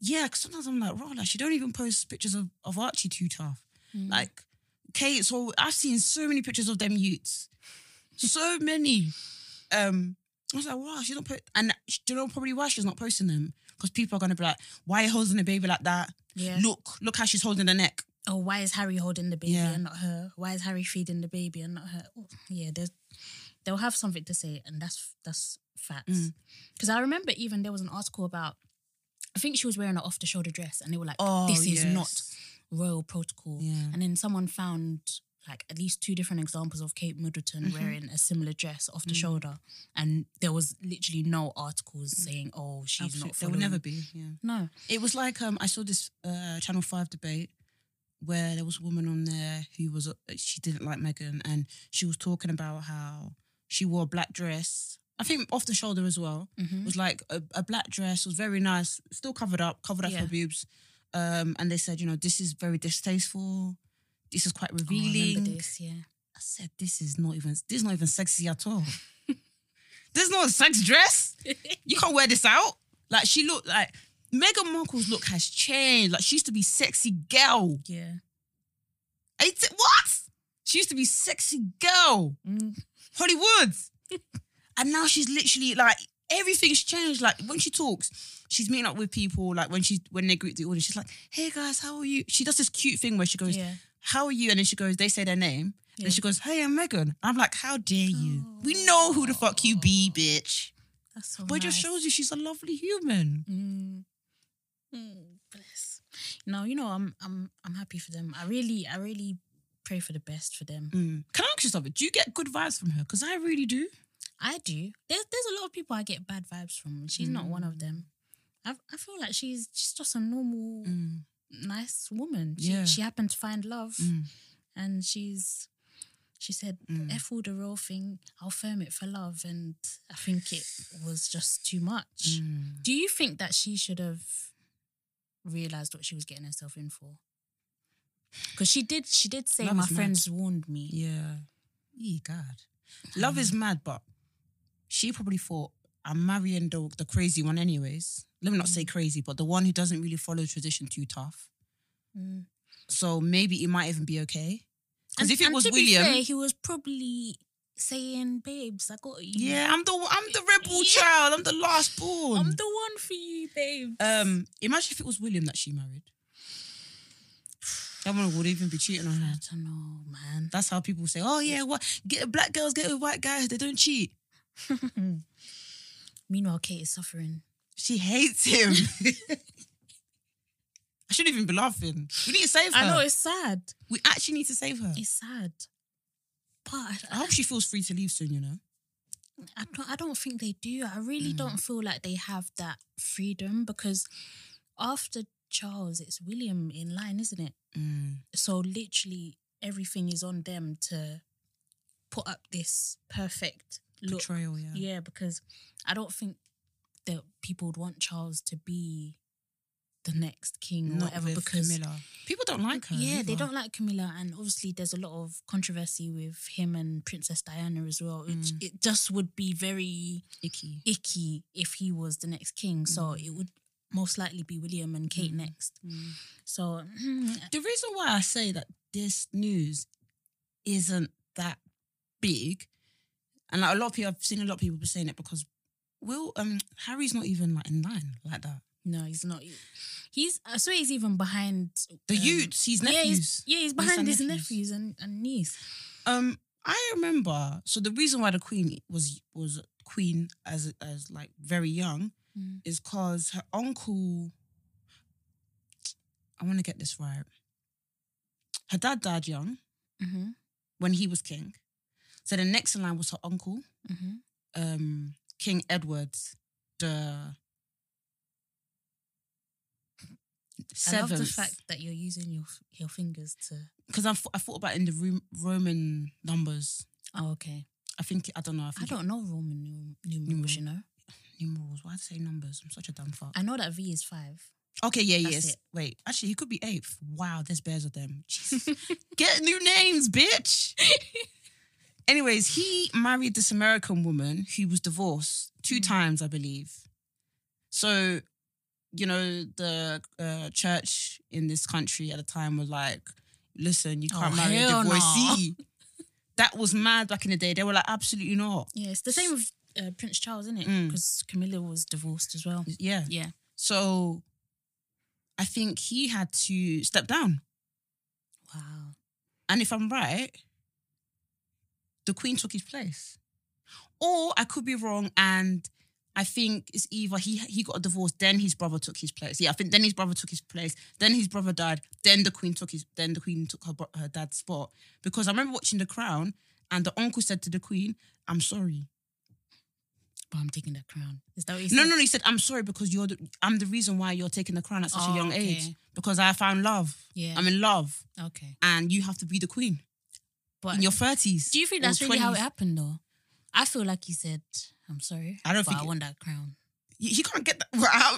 [SPEAKER 2] yeah, 'cause sometimes I'm like, raw, like, she don't even post pictures of, of Archie too tough.
[SPEAKER 1] Mm.
[SPEAKER 2] Like, Kate, so I've seen so many pictures of them youths. So many. Um, I was like, wow, she don't put, and sh- do you know probably why she's not posting them? Because people are going to be like, why are you holding a baby like that?
[SPEAKER 1] Yeah.
[SPEAKER 2] Look, look how she's holding the neck.
[SPEAKER 1] Oh, why is Harry holding the baby
[SPEAKER 2] Yeah.
[SPEAKER 1] and not her? Why is Harry feeding the baby and not her? Oh, Yeah, there's, they'll have something to say, and that's that's facts.
[SPEAKER 2] Mm.
[SPEAKER 1] Because I remember even there was an article about, I think she was wearing an off-the-shoulder dress, and they were like,
[SPEAKER 2] Oh,
[SPEAKER 1] "This is
[SPEAKER 2] yes.
[SPEAKER 1] not royal protocol."
[SPEAKER 2] Yeah.
[SPEAKER 1] And then someone found like at least two different examples of Kate Middleton
[SPEAKER 2] Mm-hmm.
[SPEAKER 1] wearing a similar dress off the
[SPEAKER 2] Mm.
[SPEAKER 1] shoulder, and there was literally no articles saying, "Oh, she's
[SPEAKER 2] Absolute-
[SPEAKER 1] not."
[SPEAKER 2] There will
[SPEAKER 1] following-
[SPEAKER 2] never be. Yeah.
[SPEAKER 1] No.
[SPEAKER 2] It was like um, I saw this uh, Channel Five debate where there was a woman on there who was uh, she didn't like Megan and she was talking about how she wore a black dress. I think off the shoulder as well.
[SPEAKER 1] Mm-hmm.
[SPEAKER 2] It was like a, a black dress was very nice, still covered up, covered up
[SPEAKER 1] Yeah.
[SPEAKER 2] her boobs. Um, and they said, you know, this is very distasteful. This is quite revealing.
[SPEAKER 1] Oh, I remember this, yeah.
[SPEAKER 2] I said, this is not even this is not even sexy at all. this is not a sex dress. You can't wear this out. Like she looked like Meghan Markle's look has changed. Like she used to be sexy girl.
[SPEAKER 1] Yeah.
[SPEAKER 2] Eighteen- what? She used to be sexy girl.
[SPEAKER 1] Mm.
[SPEAKER 2] Hollywood. and now she's literally like everything's changed. Like when she talks, she's meeting up with people. Like when she when they greet the audience, she's like, "Hey guys, how are you?" She does this cute thing where she goes,
[SPEAKER 1] Yeah.
[SPEAKER 2] "How are you?" And then she goes, they say their name, and
[SPEAKER 1] Yeah.
[SPEAKER 2] then she goes, "Hey, I'm Megan." I'm like, "How dare you? We know who the fuck you be, bitch."
[SPEAKER 1] That's so
[SPEAKER 2] But it just
[SPEAKER 1] nice.
[SPEAKER 2] shows you she's a lovely human.
[SPEAKER 1] Mm. Mm, bless. No, you know, I'm I'm I'm happy for them. I really I really pray for the best for them.
[SPEAKER 2] Mm. Can I ask you something? Do you get good vibes from her? Because I really do.
[SPEAKER 1] I do. There's there's a lot of people I get bad vibes from. and She's not one
[SPEAKER 2] Mm.
[SPEAKER 1] of them. I I feel like she's she's just a normal nice woman. She
[SPEAKER 2] Mm. Yeah.
[SPEAKER 1] she happened to find love
[SPEAKER 2] Mm.
[SPEAKER 1] and she's she said,
[SPEAKER 2] Mm.
[SPEAKER 1] F all the real thing, I'll firm it for love. And I think it was just too much.
[SPEAKER 2] Mm.
[SPEAKER 1] Do you think that she should have realized what she was getting herself in for? Because she did, she did say,
[SPEAKER 2] Love
[SPEAKER 1] "My
[SPEAKER 2] is mad."
[SPEAKER 1] friends warned me."
[SPEAKER 2] Yeah. Yeah, God. Love is mad, but she probably thought, I'm marrying the, the crazy one, anyways. Let me not say crazy, but the one who doesn't really follow tradition too tough.
[SPEAKER 1] Mm.
[SPEAKER 2] So maybe it might even be okay.
[SPEAKER 1] And-
[SPEAKER 2] Because if it
[SPEAKER 1] and
[SPEAKER 2] was
[SPEAKER 1] to be
[SPEAKER 2] William,
[SPEAKER 1] fair, he was probably saying, "Babes, I got you.
[SPEAKER 2] yeah, I'm the I'm the rebel child. I'm the last born.
[SPEAKER 1] I'm the one for you, babe."
[SPEAKER 2] um, imagine if it was William that she married. That one would even be cheating on her.
[SPEAKER 1] I don't know, man.
[SPEAKER 2] That's how people say, "Oh yeah, what get black girls get with white guys? They don't cheat."
[SPEAKER 1] Meanwhile, Kate is suffering.
[SPEAKER 2] She hates him. I shouldn't even be laughing. We need to save her.
[SPEAKER 1] I know it's sad.
[SPEAKER 2] We actually need to save her.
[SPEAKER 1] It's sad, but I,
[SPEAKER 2] I hope she feels free to leave soon. You know.
[SPEAKER 1] I don't, I don't think they do. I really
[SPEAKER 2] Mm.
[SPEAKER 1] don't feel like they have that freedom because after Charles, it's William in line, isn't it?
[SPEAKER 2] Mm,
[SPEAKER 1] So literally everything is on them to put up this perfect look.
[SPEAKER 2] Betrayal. Yeah.
[SPEAKER 1] Yeah, because I don't think that people would want Charles to be the next king or
[SPEAKER 2] Not
[SPEAKER 1] whatever
[SPEAKER 2] with
[SPEAKER 1] because
[SPEAKER 2] Camilla. People don't like her.
[SPEAKER 1] yeah, they
[SPEAKER 2] either.
[SPEAKER 1] don't like Camilla, and obviously there's a lot of controversy with him and Princess Diana as well. Which
[SPEAKER 2] Mm.
[SPEAKER 1] It just would be very
[SPEAKER 2] Icky.
[SPEAKER 1] icky if he was the next king. So
[SPEAKER 2] Mm.
[SPEAKER 1] it would most likely be William and Kate next. So
[SPEAKER 2] The reason why I say that this news isn't that big And like a lot of people, I've seen a lot of people be saying it because Will, um, Harry's not even like in line like that.
[SPEAKER 1] No, he's not. He's I swear he's even behind
[SPEAKER 2] The
[SPEAKER 1] um,
[SPEAKER 2] youths, he's
[SPEAKER 1] Yeah,
[SPEAKER 2] nephews.
[SPEAKER 1] he's, yeah, he's behind
[SPEAKER 2] and
[SPEAKER 1] his
[SPEAKER 2] nephews.
[SPEAKER 1] nephews and, and niece.
[SPEAKER 2] Um, I remember. So the reason why the queen was was queen as as like very young
[SPEAKER 1] Mm.
[SPEAKER 2] is because her uncle. I want to get this right. Her dad died young
[SPEAKER 1] Mm-hmm.
[SPEAKER 2] when he was king, so the next in line was her uncle,
[SPEAKER 1] Mm-hmm.
[SPEAKER 2] um, King Edward, the
[SPEAKER 1] I love the
[SPEAKER 2] seventh.
[SPEAKER 1] fact that you're using your your fingers to.
[SPEAKER 2] Because I, thought- I thought about it in the Rom- Roman numbers.
[SPEAKER 1] Oh, okay.
[SPEAKER 2] I think I don't know. I,
[SPEAKER 1] I
[SPEAKER 2] think
[SPEAKER 1] don't know Roman nu- numerals. You know,
[SPEAKER 2] numerals. Why I say numbers? I'm such a dumb fuck.
[SPEAKER 1] I know that V is five.
[SPEAKER 2] Okay, yeah,
[SPEAKER 1] That's
[SPEAKER 2] yes.
[SPEAKER 1] it.
[SPEAKER 2] Wait, actually, he could be eighth. Wow, there's bears of them. Jesus. Get new names, bitch. Anyways, he married this American woman who was divorced two
[SPEAKER 1] Mm-hmm.
[SPEAKER 2] times, I believe. So, you know, the uh, church in this country at the time were like, listen, you
[SPEAKER 1] Oh,
[SPEAKER 2] can't marry a
[SPEAKER 1] hell no.
[SPEAKER 2] divorcee. That was mad back in the day. They were like, absolutely not.
[SPEAKER 1] Yeah, it's the same with uh, Prince Charles, isn't it?
[SPEAKER 2] Mm.
[SPEAKER 1] Because Camilla was divorced as well.
[SPEAKER 2] Yeah.
[SPEAKER 1] Yeah.
[SPEAKER 2] So I think he had to step down.
[SPEAKER 1] Wow.
[SPEAKER 2] And if I'm right, the Queen took his place. Or I could be wrong, and I think it's either he he got a divorce, then his brother took his place. Yeah, I think then his brother took his place. Then his brother died. Then the Queen took his. Then the Queen took her bro- her dad's spot. Because I remember watching The Crown, and the uncle said to the Queen, "I'm sorry."
[SPEAKER 1] But I'm taking that crown. Is that what you
[SPEAKER 2] No,
[SPEAKER 1] said?
[SPEAKER 2] no, no. He said, "I'm sorry because you're the, I'm the reason why you're taking the crown at such
[SPEAKER 1] Oh,
[SPEAKER 2] a young
[SPEAKER 1] okay.
[SPEAKER 2] age because I found love.
[SPEAKER 1] Yeah.
[SPEAKER 2] I'm in love,
[SPEAKER 1] Okay.
[SPEAKER 2] and you have to be the Queen
[SPEAKER 1] But
[SPEAKER 2] in your thirties.
[SPEAKER 1] do you think that's really how it happened, though? I feel like he said, "I'm sorry,
[SPEAKER 2] I don't
[SPEAKER 1] but
[SPEAKER 2] think
[SPEAKER 1] I
[SPEAKER 2] it-
[SPEAKER 1] want that crown."
[SPEAKER 2] He he can't get that. well, how-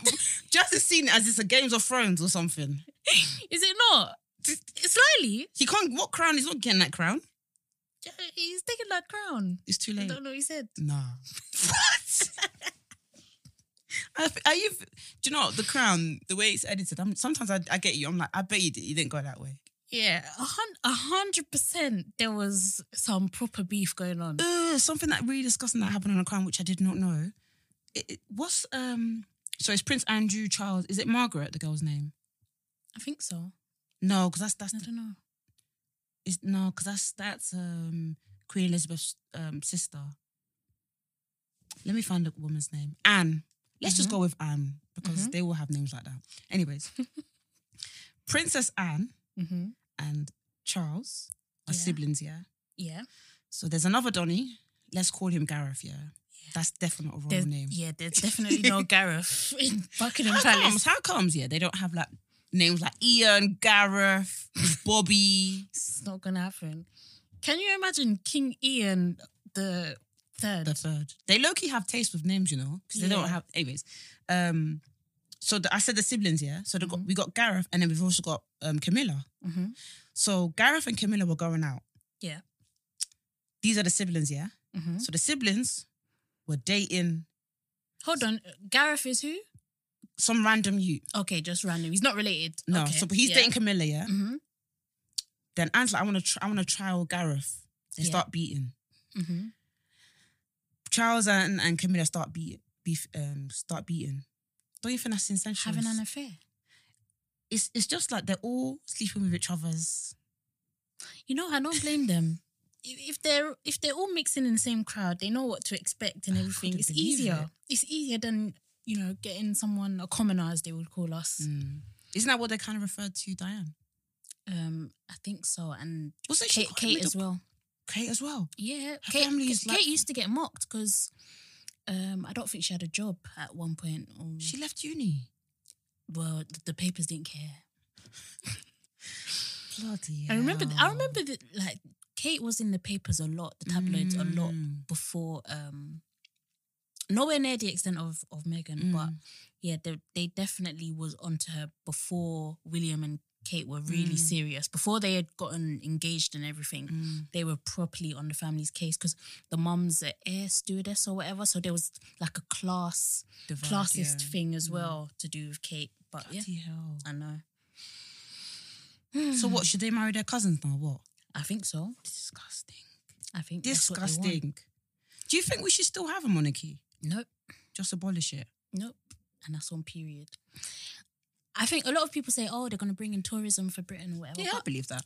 [SPEAKER 2] Just as seen it as it's a Games of Thrones or something.
[SPEAKER 1] Is it not? Slightly,
[SPEAKER 2] He can't. What crown? He's not getting that crown.
[SPEAKER 1] he's taking that crown.
[SPEAKER 2] It's too
[SPEAKER 1] I
[SPEAKER 2] late.
[SPEAKER 1] don't know what he said.
[SPEAKER 2] Nah. what? I f- Are you? Do you know what, the crown? The way it's edited. I'm, sometimes I, I get you. I'm like, I bet you, did, you didn't go that way.
[SPEAKER 1] Yeah, a hun- a hundred percent. There was some proper beef going on.
[SPEAKER 2] Ugh, something that really disgusting that happened on the crown, which I did not know. It, it, what's um? So it's Prince Andrew Charles. Is it Margaret? The girl's name?
[SPEAKER 1] I think so.
[SPEAKER 2] No, because that's that's
[SPEAKER 1] I
[SPEAKER 2] the
[SPEAKER 1] don't know.
[SPEAKER 2] It's no, because that's that's um Queen Elizabeth's um sister. Let me find the woman's name. Anne. Let's just
[SPEAKER 1] Mhm.
[SPEAKER 2] go with Anne because
[SPEAKER 1] Mm-hmm.
[SPEAKER 2] they will have names like that. Anyways, Princess Anne
[SPEAKER 1] Mm-hmm.
[SPEAKER 2] and Charles are
[SPEAKER 1] Yeah.
[SPEAKER 2] siblings, yeah.
[SPEAKER 1] Yeah.
[SPEAKER 2] So there's another Donny. Let's call him Gareth, yeah. That's definitely a royal
[SPEAKER 1] There's,
[SPEAKER 2] name.
[SPEAKER 1] yeah, there's definitely no Gareth in Buckingham
[SPEAKER 2] How comes?
[SPEAKER 1] Palace.
[SPEAKER 2] How comes? Yeah, they don't have like names like Ian, Gareth, Bobby.
[SPEAKER 1] It's not gonna happen. Can you imagine King Ian the third?
[SPEAKER 2] the third. They low key have taste with names, you know, because they
[SPEAKER 1] Yeah.
[SPEAKER 2] don't have. Anyways, um, so the, I said the siblings, yeah. So they got, we got Gareth, and then we've also got um Camilla.
[SPEAKER 1] mm-hmm.
[SPEAKER 2] So Gareth and Camilla were going out.
[SPEAKER 1] Yeah.
[SPEAKER 2] These are the siblings, yeah.
[SPEAKER 1] Mm-hmm.
[SPEAKER 2] So the siblings were dating
[SPEAKER 1] Hold on, Gareth is who?
[SPEAKER 2] some random youth.
[SPEAKER 1] Okay, just random. He's not related.
[SPEAKER 2] No,
[SPEAKER 1] okay.
[SPEAKER 2] so but he's
[SPEAKER 1] yeah.
[SPEAKER 2] dating Camilla, yeah.
[SPEAKER 1] Mm-hmm.
[SPEAKER 2] Then Anne's like, I want to, tr- I want to trial Gareth. They
[SPEAKER 1] Yeah.
[SPEAKER 2] start beating.
[SPEAKER 1] Mm-hmm.
[SPEAKER 2] Charles and, and Camilla start beat, beef, um, start beating. Don't you think that's insensuous?
[SPEAKER 1] Having an affair.
[SPEAKER 2] it's it's just like they're all sleeping with each other's.
[SPEAKER 1] You know, I don't blame them. If if they're if they're all mixing in the same crowd, they know what to expect and everything.
[SPEAKER 2] couldn't
[SPEAKER 1] It's
[SPEAKER 2] believe
[SPEAKER 1] easier. It's easier than you know getting someone a commoner, as they would call us.
[SPEAKER 2] Mm. Isn't that what they kind of referred to Diane?
[SPEAKER 1] Um, I think so. And
[SPEAKER 2] Wasn't she
[SPEAKER 1] Kate, Kate as well.
[SPEAKER 2] Kate as well.
[SPEAKER 1] Yeah,
[SPEAKER 2] Her
[SPEAKER 1] Kate,
[SPEAKER 2] family is
[SPEAKER 1] Kate,
[SPEAKER 2] like-
[SPEAKER 1] used to get mocked because um, I don't think she had a job at one point. Or,
[SPEAKER 2] She left uni.
[SPEAKER 1] well, the, the papers didn't care.
[SPEAKER 2] Bloody.
[SPEAKER 1] I remember. I
[SPEAKER 2] hell.
[SPEAKER 1] remember that like Kate was in the papers a lot, the tabloids a lot
[SPEAKER 2] Mm.
[SPEAKER 1] before. Um, nowhere near the extent of of Meghan, but
[SPEAKER 2] Mm.
[SPEAKER 1] yeah, they they definitely was onto her before William and Kate were really
[SPEAKER 2] Mm.
[SPEAKER 1] serious. Before they had gotten engaged and everything,
[SPEAKER 2] Mm.
[SPEAKER 1] they were properly on the family's case because the mum's an air stewardess or whatever. So there was like a class
[SPEAKER 2] Divide,
[SPEAKER 1] classist
[SPEAKER 2] yeah.
[SPEAKER 1] thing as
[SPEAKER 2] Mm.
[SPEAKER 1] well to do with Kate. But yeah,
[SPEAKER 2] Bloody hell.
[SPEAKER 1] I know. Mm.
[SPEAKER 2] So what? Should they marry their cousins now? What?
[SPEAKER 1] I think so.
[SPEAKER 2] Disgusting.
[SPEAKER 1] I think that's what they want.
[SPEAKER 2] Disgusting. Do you think we should still have a monarchy?
[SPEAKER 1] Nope.
[SPEAKER 2] Just abolish it.
[SPEAKER 1] Nope. And that's on period. I think a lot of people say, oh, they're going to bring in tourism for Britain or whatever.
[SPEAKER 2] Yeah, I
[SPEAKER 1] But
[SPEAKER 2] believe that.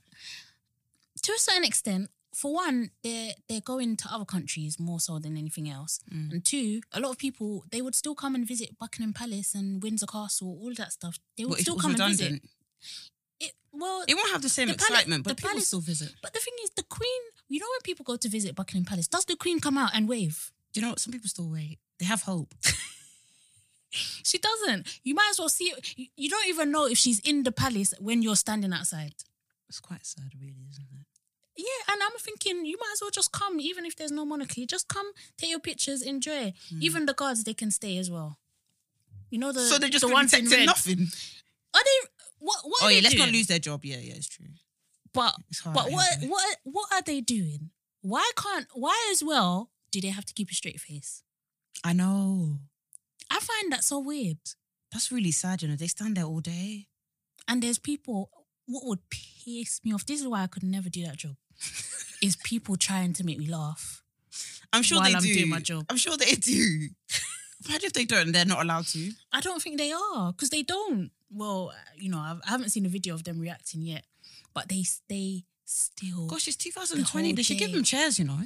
[SPEAKER 1] to a certain extent, for one, they're, they're going to other countries more so than anything else.
[SPEAKER 2] Mm.
[SPEAKER 1] And two, a lot of people, they would still come and visit Buckingham Palace and Windsor Castle, all of that stuff. They would
[SPEAKER 2] But if
[SPEAKER 1] still
[SPEAKER 2] it was
[SPEAKER 1] come and visit.
[SPEAKER 2] redundant,
[SPEAKER 1] It, well,
[SPEAKER 2] it won't have the same
[SPEAKER 1] The palace-
[SPEAKER 2] excitement,
[SPEAKER 1] the
[SPEAKER 2] but people
[SPEAKER 1] palace-
[SPEAKER 2] still visit.
[SPEAKER 1] but the thing is, the Queen, you know, when people go to visit Buckingham Palace, does the Queen come out and wave?
[SPEAKER 2] Do you know what? Some people still wait. They have hope.
[SPEAKER 1] She doesn't. You might as well see it. You- You don't even know if she's in the palace when you're standing outside.
[SPEAKER 2] It's quite sad, really, isn't it?
[SPEAKER 1] Yeah, and I'm thinking you might as well just come, even if there's no monarchy. Just come, take your pictures, enjoy. Even the guards, they can stay as well. You know the
[SPEAKER 2] Hmm. so they're just
[SPEAKER 1] the ones in
[SPEAKER 2] protecting
[SPEAKER 1] red.
[SPEAKER 2] nothing.
[SPEAKER 1] Are they? What? What?
[SPEAKER 2] Oh
[SPEAKER 1] are
[SPEAKER 2] yeah,
[SPEAKER 1] they
[SPEAKER 2] let's
[SPEAKER 1] doing?
[SPEAKER 2] not lose Oh, their job. Yeah, yeah, it's true.
[SPEAKER 1] But
[SPEAKER 2] It's hard.
[SPEAKER 1] but what
[SPEAKER 2] isn't it?
[SPEAKER 1] what what are they doing? Why can't? Why as well do they have to keep a straight face?
[SPEAKER 2] I know.
[SPEAKER 1] I find that so weird.
[SPEAKER 2] That's really sad. You know, they stand there all day.
[SPEAKER 1] And there's people. What would piss me off? This is why I could never do that job. is people trying to make me laugh?
[SPEAKER 2] I'm sure
[SPEAKER 1] While
[SPEAKER 2] they
[SPEAKER 1] I'm
[SPEAKER 2] do.
[SPEAKER 1] doing my job.
[SPEAKER 2] I'm sure they do. Imagine if they don't and they're not allowed to.
[SPEAKER 1] I don't think they are because they don't. Well, you know, I've, I haven't seen a video of them reacting yet, but they stay still.
[SPEAKER 2] Gosh, it's
[SPEAKER 1] The
[SPEAKER 2] 2020.
[SPEAKER 1] whole
[SPEAKER 2] they should give
[SPEAKER 1] day.
[SPEAKER 2] them chairs, you know.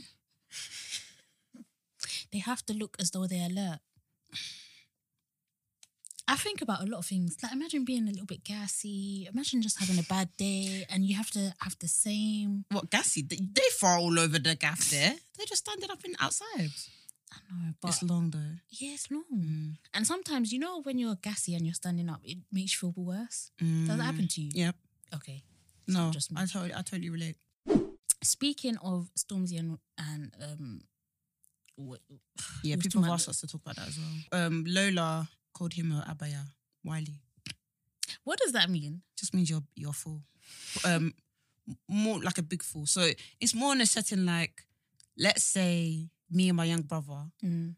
[SPEAKER 1] They have to look as though they're alert. I think about a lot of things. Like, imagine being a little bit gassy. Imagine just having a bad day and you have to have the same.
[SPEAKER 2] What gassy? They, they far all over the gaff there. They're just standing up in outside.
[SPEAKER 1] I don't know, but
[SPEAKER 2] it's mm. long though.
[SPEAKER 1] yeah, it's long. And sometimes, you know, when you're gassy and you're standing up, it makes you feel worse. Does that happen to you?
[SPEAKER 2] Mm, Yep.
[SPEAKER 1] Okay.
[SPEAKER 2] No,
[SPEAKER 1] just me.
[SPEAKER 2] I totally, I totally relate.
[SPEAKER 1] Speaking of Stormzy and, and um, what,
[SPEAKER 2] Yeah,
[SPEAKER 1] We've
[SPEAKER 2] people
[SPEAKER 1] talked
[SPEAKER 2] have
[SPEAKER 1] about
[SPEAKER 2] asked
[SPEAKER 1] the-
[SPEAKER 2] us to talk about that as well. Um, Lola called him a abaya, Wiley.
[SPEAKER 1] what does that mean?
[SPEAKER 2] Just means you're you're full. Um, m- more like a big fool. So it's more in a setting like, let's say me and my young brother
[SPEAKER 1] Mm.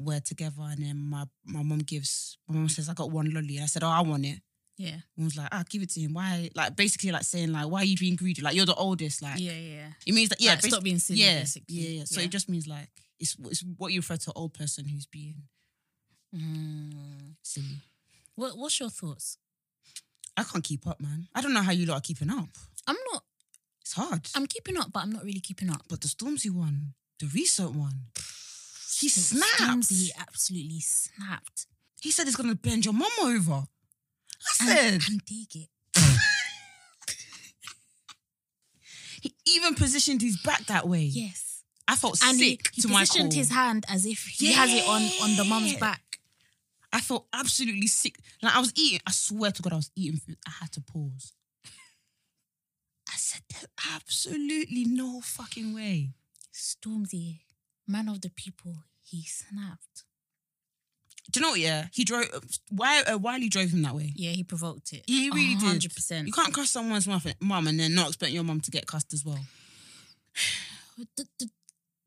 [SPEAKER 2] were together, and then my my mom gives my mom says I got one lolly, and I said oh I want it.
[SPEAKER 1] Yeah.
[SPEAKER 2] Mum's like ah give it to him. Why like basically like saying like why are you being greedy? Like you're the oldest. Like
[SPEAKER 1] Yeah, yeah.
[SPEAKER 2] it means that yeah
[SPEAKER 1] Like,
[SPEAKER 2] basi-
[SPEAKER 1] stop being silly,
[SPEAKER 2] Yeah,
[SPEAKER 1] basically.
[SPEAKER 2] yeah yeah. So
[SPEAKER 1] Yeah.
[SPEAKER 2] it just means like it's it's what you refer to old person who's being
[SPEAKER 1] Mm.
[SPEAKER 2] silly.
[SPEAKER 1] What What's your thoughts?
[SPEAKER 2] I can't keep up, man. I don't know how you lot are keeping up.
[SPEAKER 1] I'm not.
[SPEAKER 2] It's hard.
[SPEAKER 1] I'm keeping up, but I'm not really keeping up.
[SPEAKER 2] but the Stormzy one, the recent one, he
[SPEAKER 1] Sto-
[SPEAKER 2] snapped.
[SPEAKER 1] Stormzy absolutely snapped.
[SPEAKER 2] He said he's gonna bend your mum over. I said
[SPEAKER 1] And, and dig it.
[SPEAKER 2] he even positioned his back that way.
[SPEAKER 1] Yes.
[SPEAKER 2] I felt
[SPEAKER 1] And he,
[SPEAKER 2] sick
[SPEAKER 1] he
[SPEAKER 2] to my
[SPEAKER 1] positioned
[SPEAKER 2] core.
[SPEAKER 1] his hand as if he has it on on the mum's
[SPEAKER 2] Yeah.
[SPEAKER 1] back.
[SPEAKER 2] I felt absolutely sick. Like I was eating. I swear to God, I was eating food. I had to pause. I said, "There's absolutely no fucking way."
[SPEAKER 1] Stormzy, man of the people, he snapped.
[SPEAKER 2] Do you know what? Yeah, he drove. Why? Uh, Wiley drove him that way.
[SPEAKER 1] Yeah, he provoked it.
[SPEAKER 2] He really did.
[SPEAKER 1] 100%.
[SPEAKER 2] You can't cuss someone's mum mum and then not expect your mum to get cussed as well.
[SPEAKER 1] the, the,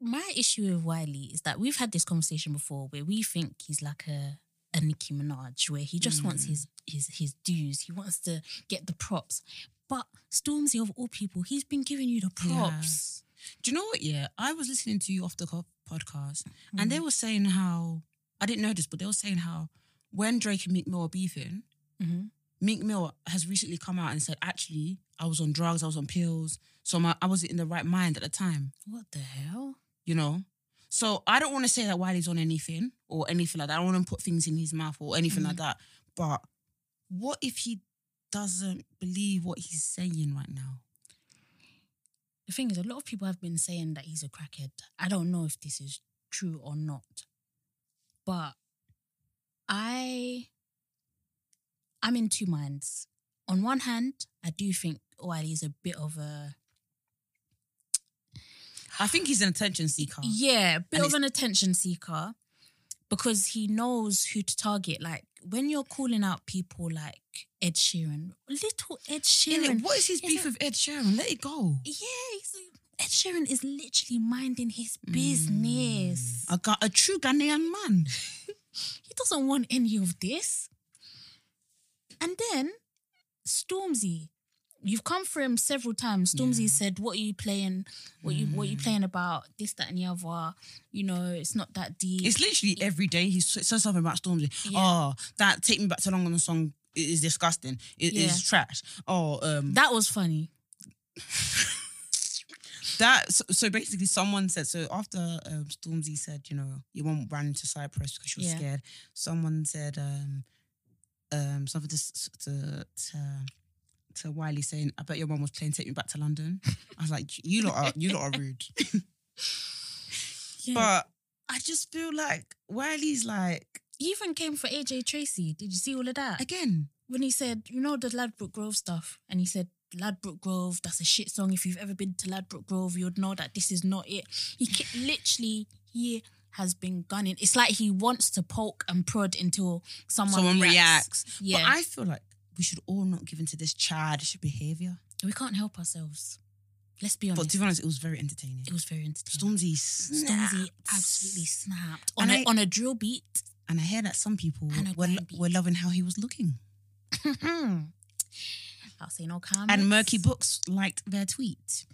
[SPEAKER 1] my issue with Wiley is that we've had this conversation before where we think he's like a a Nicki Minaj where he just wants his his his dues. He wants to get the props. But Stormzy of all people, he's been giving you the props.
[SPEAKER 2] Do you know what? Yeah, I was listening to you off the cuff podcast, and they were saying how I didn't know this, but they were saying how when Drake and Meek Mill are beefing,
[SPEAKER 1] Mhm.
[SPEAKER 2] Meek Mill has recently come out and said, "Actually, I was on drugs, I was on pills, so my, I wasn't in the right mind at the time."
[SPEAKER 1] What the hell?
[SPEAKER 2] You know. So I don't want to say that Wiley's on anything or anything like that. I don't want to put things in his mouth or anything like that. But what if he doesn't believe what he's saying right now?
[SPEAKER 1] The thing is, a lot of people have been saying that he's a crackhead. I don't know if this is true or not, but I, I'm in two minds. On one hand, I do think Wiley is a bit of a
[SPEAKER 2] I think he's an attention seeker.
[SPEAKER 1] Yeah, a bit
[SPEAKER 2] Oh. And
[SPEAKER 1] of an attention seeker because he knows who to target. Like when you're calling out people like Ed Sheeran, little Ed
[SPEAKER 2] Innit?
[SPEAKER 1] Sheeran.
[SPEAKER 2] What is his
[SPEAKER 1] Isn't-
[SPEAKER 2] beef with Ed Sheeran? Let it go.
[SPEAKER 1] Yeah, he's, Ed Sheeran is literally minding his
[SPEAKER 2] Mm.
[SPEAKER 1] business.
[SPEAKER 2] I got a true Ghanaian man.
[SPEAKER 1] He doesn't want any of this. And then Stormzy, you've come for him several times. Stormzy said, "What are you playing? What you what you
[SPEAKER 2] Mm.
[SPEAKER 1] playing about? This, that, and the other. You know, it's not that deep.
[SPEAKER 2] It's literally every day he s- says something about Stormzy.
[SPEAKER 1] Yeah.
[SPEAKER 2] Oh, that take me back to long on the song i- is disgusting. It is
[SPEAKER 1] Yeah.
[SPEAKER 2] trash. Oh, um,
[SPEAKER 1] that was funny.
[SPEAKER 2] that. So, so basically, someone said so after um, Stormzy said, you know, your mom ran into Cyprus because she was
[SPEAKER 1] Yeah.
[SPEAKER 2] scared. Someone said um, um, something to s- to to, to Wiley saying, "I bet your mom was playing Take Me Back to London." I was like, "You lot are you lot are rude."
[SPEAKER 1] Yeah.
[SPEAKER 2] But I just feel like Wiley's like
[SPEAKER 1] he even came for AJ Tracy. Did you see all of that?
[SPEAKER 2] again.
[SPEAKER 1] when he said, you know, the Ladbroke Grove stuff, and he said, Ladbroke Grove, that's a shit song. If you've ever been to Ladbroke Grove, you'd know that this is not it. He ki- literally, he has been gunning. It's like he wants to poke and prod until someone,
[SPEAKER 2] someone
[SPEAKER 1] reacts.
[SPEAKER 2] reacts.
[SPEAKER 1] Yeah.
[SPEAKER 2] But I feel like we should all not give in to this childish behavior.
[SPEAKER 1] we can't help ourselves. Let's be honest.
[SPEAKER 2] But to be honest, it was very entertaining.
[SPEAKER 1] it was very entertaining.
[SPEAKER 2] Stormzy,
[SPEAKER 1] Stormzy
[SPEAKER 2] snapped.
[SPEAKER 1] absolutely snapped on,
[SPEAKER 2] And
[SPEAKER 1] a
[SPEAKER 2] I-
[SPEAKER 1] on a drill beat.
[SPEAKER 2] And I hear that some people
[SPEAKER 1] And a
[SPEAKER 2] were,
[SPEAKER 1] grand beat.
[SPEAKER 2] were loving how he was looking.
[SPEAKER 1] I'll say no comments.
[SPEAKER 2] And Murky Books liked their tweet.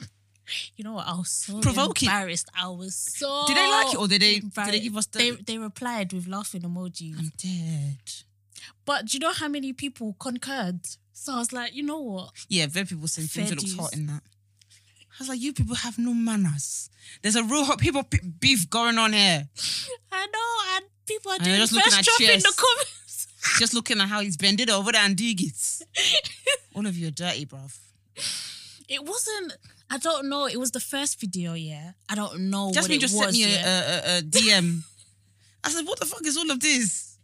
[SPEAKER 1] You know what? I was so
[SPEAKER 2] Provoking.
[SPEAKER 1] embarrassed. I was so.
[SPEAKER 2] Did they like it or did they- did
[SPEAKER 1] embarrassed.
[SPEAKER 2] Oh, they give us the-
[SPEAKER 1] They, they replied with laughing emojis.
[SPEAKER 2] I'm dead.
[SPEAKER 1] But do you know how many people concurred? So I was like, you know what?
[SPEAKER 2] Yeah, very people saying things
[SPEAKER 1] Fair
[SPEAKER 2] that
[SPEAKER 1] dues.
[SPEAKER 2] looks hot in that. I was like, you people have no manners. There's a real hot people p- beef going on here.
[SPEAKER 1] I know, and people are
[SPEAKER 2] And they're
[SPEAKER 1] doing
[SPEAKER 2] just looking
[SPEAKER 1] first
[SPEAKER 2] at
[SPEAKER 1] drop in the
[SPEAKER 2] chairs.
[SPEAKER 1] comments.
[SPEAKER 2] Just looking at how he's bended over there and dig it. All of you are dirty, bruv.
[SPEAKER 1] It wasn't. I don't know. It was the first video, yeah. I don't know what
[SPEAKER 2] Jasmine
[SPEAKER 1] it
[SPEAKER 2] just
[SPEAKER 1] was.
[SPEAKER 2] sent me a, uh,
[SPEAKER 1] yeah.
[SPEAKER 2] a, a, a DM. I said, "What the fuck is all of this?"